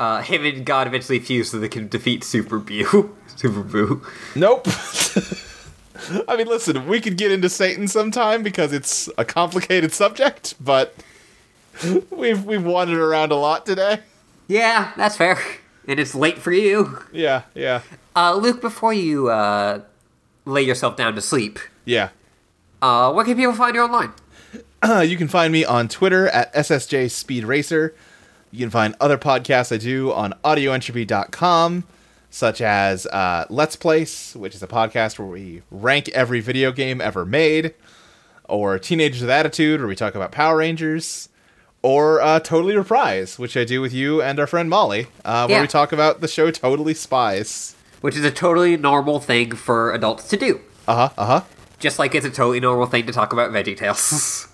Uh, him and God eventually fuse so they can defeat Super Boo. Super Boo.
Nope. I mean, listen, we could get into Satan sometime because it's a complicated subject, but we've we've wandered around a lot today.
Yeah, that's fair. And it's late for you.
Yeah, yeah,
Uh, Luke, before you uh, lay yourself down to sleep,
yeah.
uh, where can people find you online?
Uh, you can find me on Twitter at SSJ Speed Racer. You can find other podcasts I do on audioentropy.com, such as uh, Let's Place, which is a podcast where we rank every video game ever made, or Teenagers with Attitude, where we talk about Power Rangers, or uh, Totally Reprise, which I do with you and our friend Molly, uh, where
Yeah.
we talk about the show Totally Spies.
Which is a totally normal thing for adults to do.
Uh huh, uh huh.
Just like it's a totally normal thing to talk about Veggie Tales.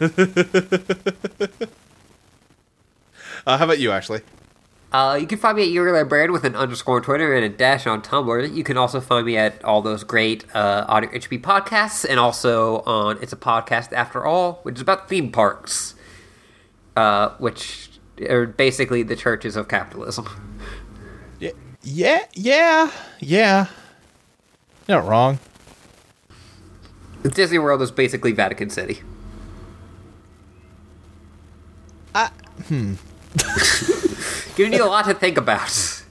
Uh, how about you, Ashley?
Uh, you can find me at your librarian with an underscore on Twitter and a dash on Tumblr. You can also find me at all those great uh, Audio HP podcasts and also on It's a Podcast After All, which is about theme parks, uh, which are basically the churches of capitalism.
Yeah, yeah, yeah. You're not wrong.
Disney World is basically Vatican City. Uh, hmm. Giving you a lot to think about.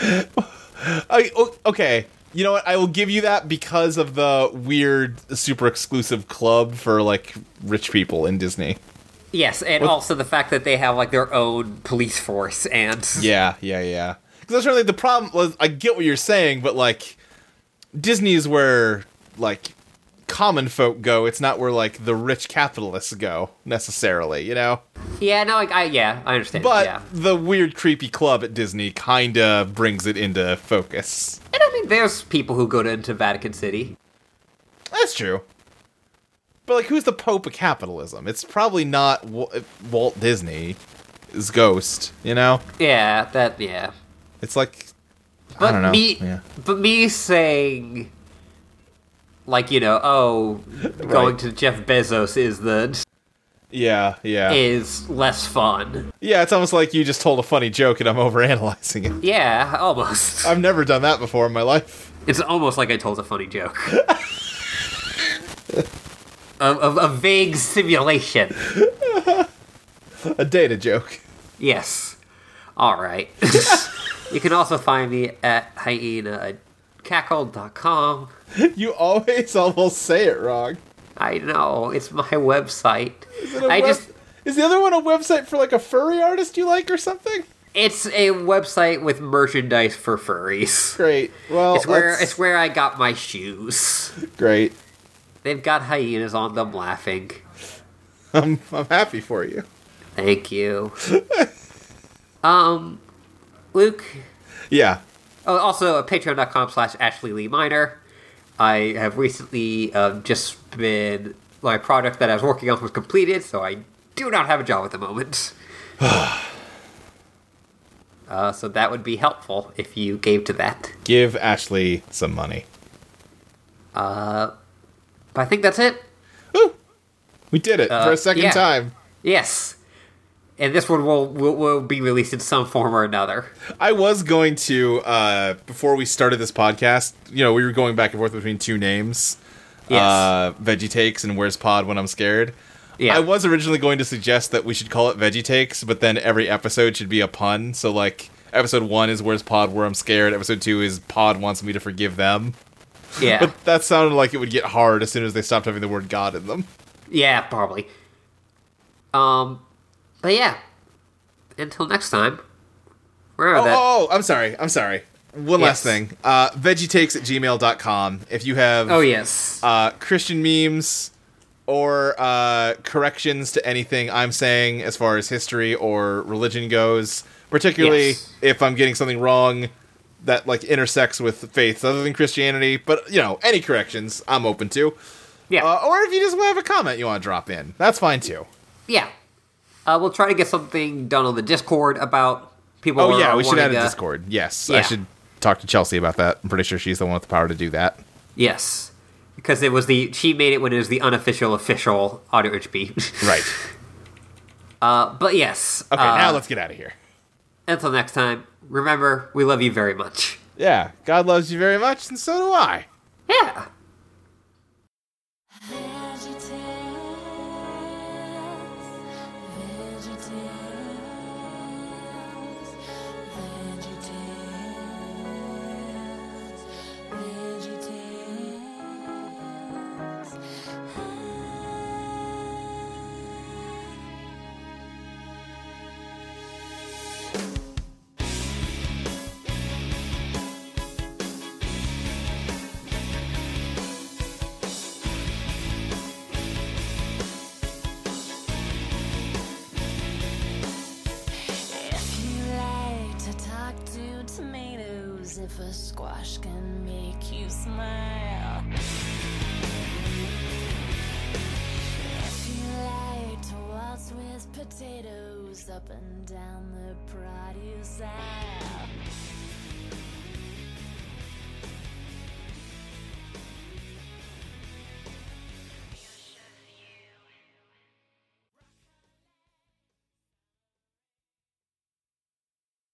I, o- okay. You know what? I will give you that because of the weird, super exclusive club for like rich people in Disney.
Yes, and also the fact that they have like their own police force and
Yeah, yeah, yeah. Because that's really the problem. Was I get what you're saying, but like Disney is where like common folk go. It's not where like the rich capitalists go necessarily. You know.
yeah, no, like I yeah, I understand.
But
yeah.
the weird, creepy club at Disney kind of brings it into focus.
And I mean, there's people who go to, into Vatican City.
That's true. But like, who's the Pope of capitalism? It's probably not Wa- Walt Disney, his ghost. You know,
Yeah, that yeah.
it's like
But
I don't know.
me,
yeah.
but me saying, like you know, oh, going to Jeff Bezos is the
yeah, yeah,
Eh. is less fun.
yeah. It's almost like you just told a funny joke and I'm overanalyzing it.
Yeah, almost.
I've never done that before in my life.
It's almost like I told a funny joke. a, a, a vague simulation.
A data joke.
Yes. All right. You can also find me at hyena at cackle.com.
You always almost say it wrong.
I know, it's my website.
Is it a
I
web-
just
is the other one a website for like a furry artist you like or something?
it's a website with merchandise for furries.
Great. Well,
It's where
Oh, that's
it's where I got my shoes.
great.
They've got hyenas on them laughing.
I'm I'm happy for you.
Thank you. um Luke,
Yeah.
Oh, also, patreon.com slash Ashley Lee Minor. I have recently um, just been. My project that I was working on was completed, so I do not have a job at the moment. uh, so that would be helpful if you gave to that.
Give Ashley some money.
But I think that's it.
Woo! We did it for a second
Uh, yeah.
time.
Yes. And this one will, will, will be released in some form or another.
I was going to uh before we started this podcast, you know, we were going back and forth between two names.
Yes.
Uh Veggie Takes and Where's Pod When I'm Scared.
yeah.
I was originally going to suggest that we should call it Veggie Takes, but then every episode should be a pun. So like episode 1 is Where's Pod Where I'm Scared, episode 2 is Pod wants me to forgive them.
yeah.
But that sounded like it would get hard as soon as they stopped having the word God in them.
Yeah, probably. Um, but yeah. Until next time. Remember
Oh,
that.
oh, oh, I'm sorry. I'm sorry. One last
Yes.
thing. Uh, VeggieTakes at gmail.com. If you have
Oh yes.
uh, Christian memes or uh, corrections to anything I'm saying as far as history or religion goes, particularly
Yes.
if I'm getting something wrong that like intersects with faiths other than Christianity, but you know, any corrections I'm open to.
yeah.
Uh, or if you just have a comment you want to drop in, that's fine too.
yeah. Uh, we'll try to get something done on the Discord about people. who
Oh
are
yeah, we should
wanting
add a
to-
Discord. Yes, I
Yeah.
should talk to Chelsea about that. I'm pretty sure she's the one with the power to do that.
Yes, because it was the she made it when it was the unofficial official audio HB.
Right.
uh, but yes.
Okay,
uh,
now let's get out of here.
until next time. Remember, we love you very much.
Yeah, God loves you very much, and so do I.
Yeah.
If you like to talk to tomatoes, if a squash can make you smile. If you like to waltz with potatoes up and down the produce aisle.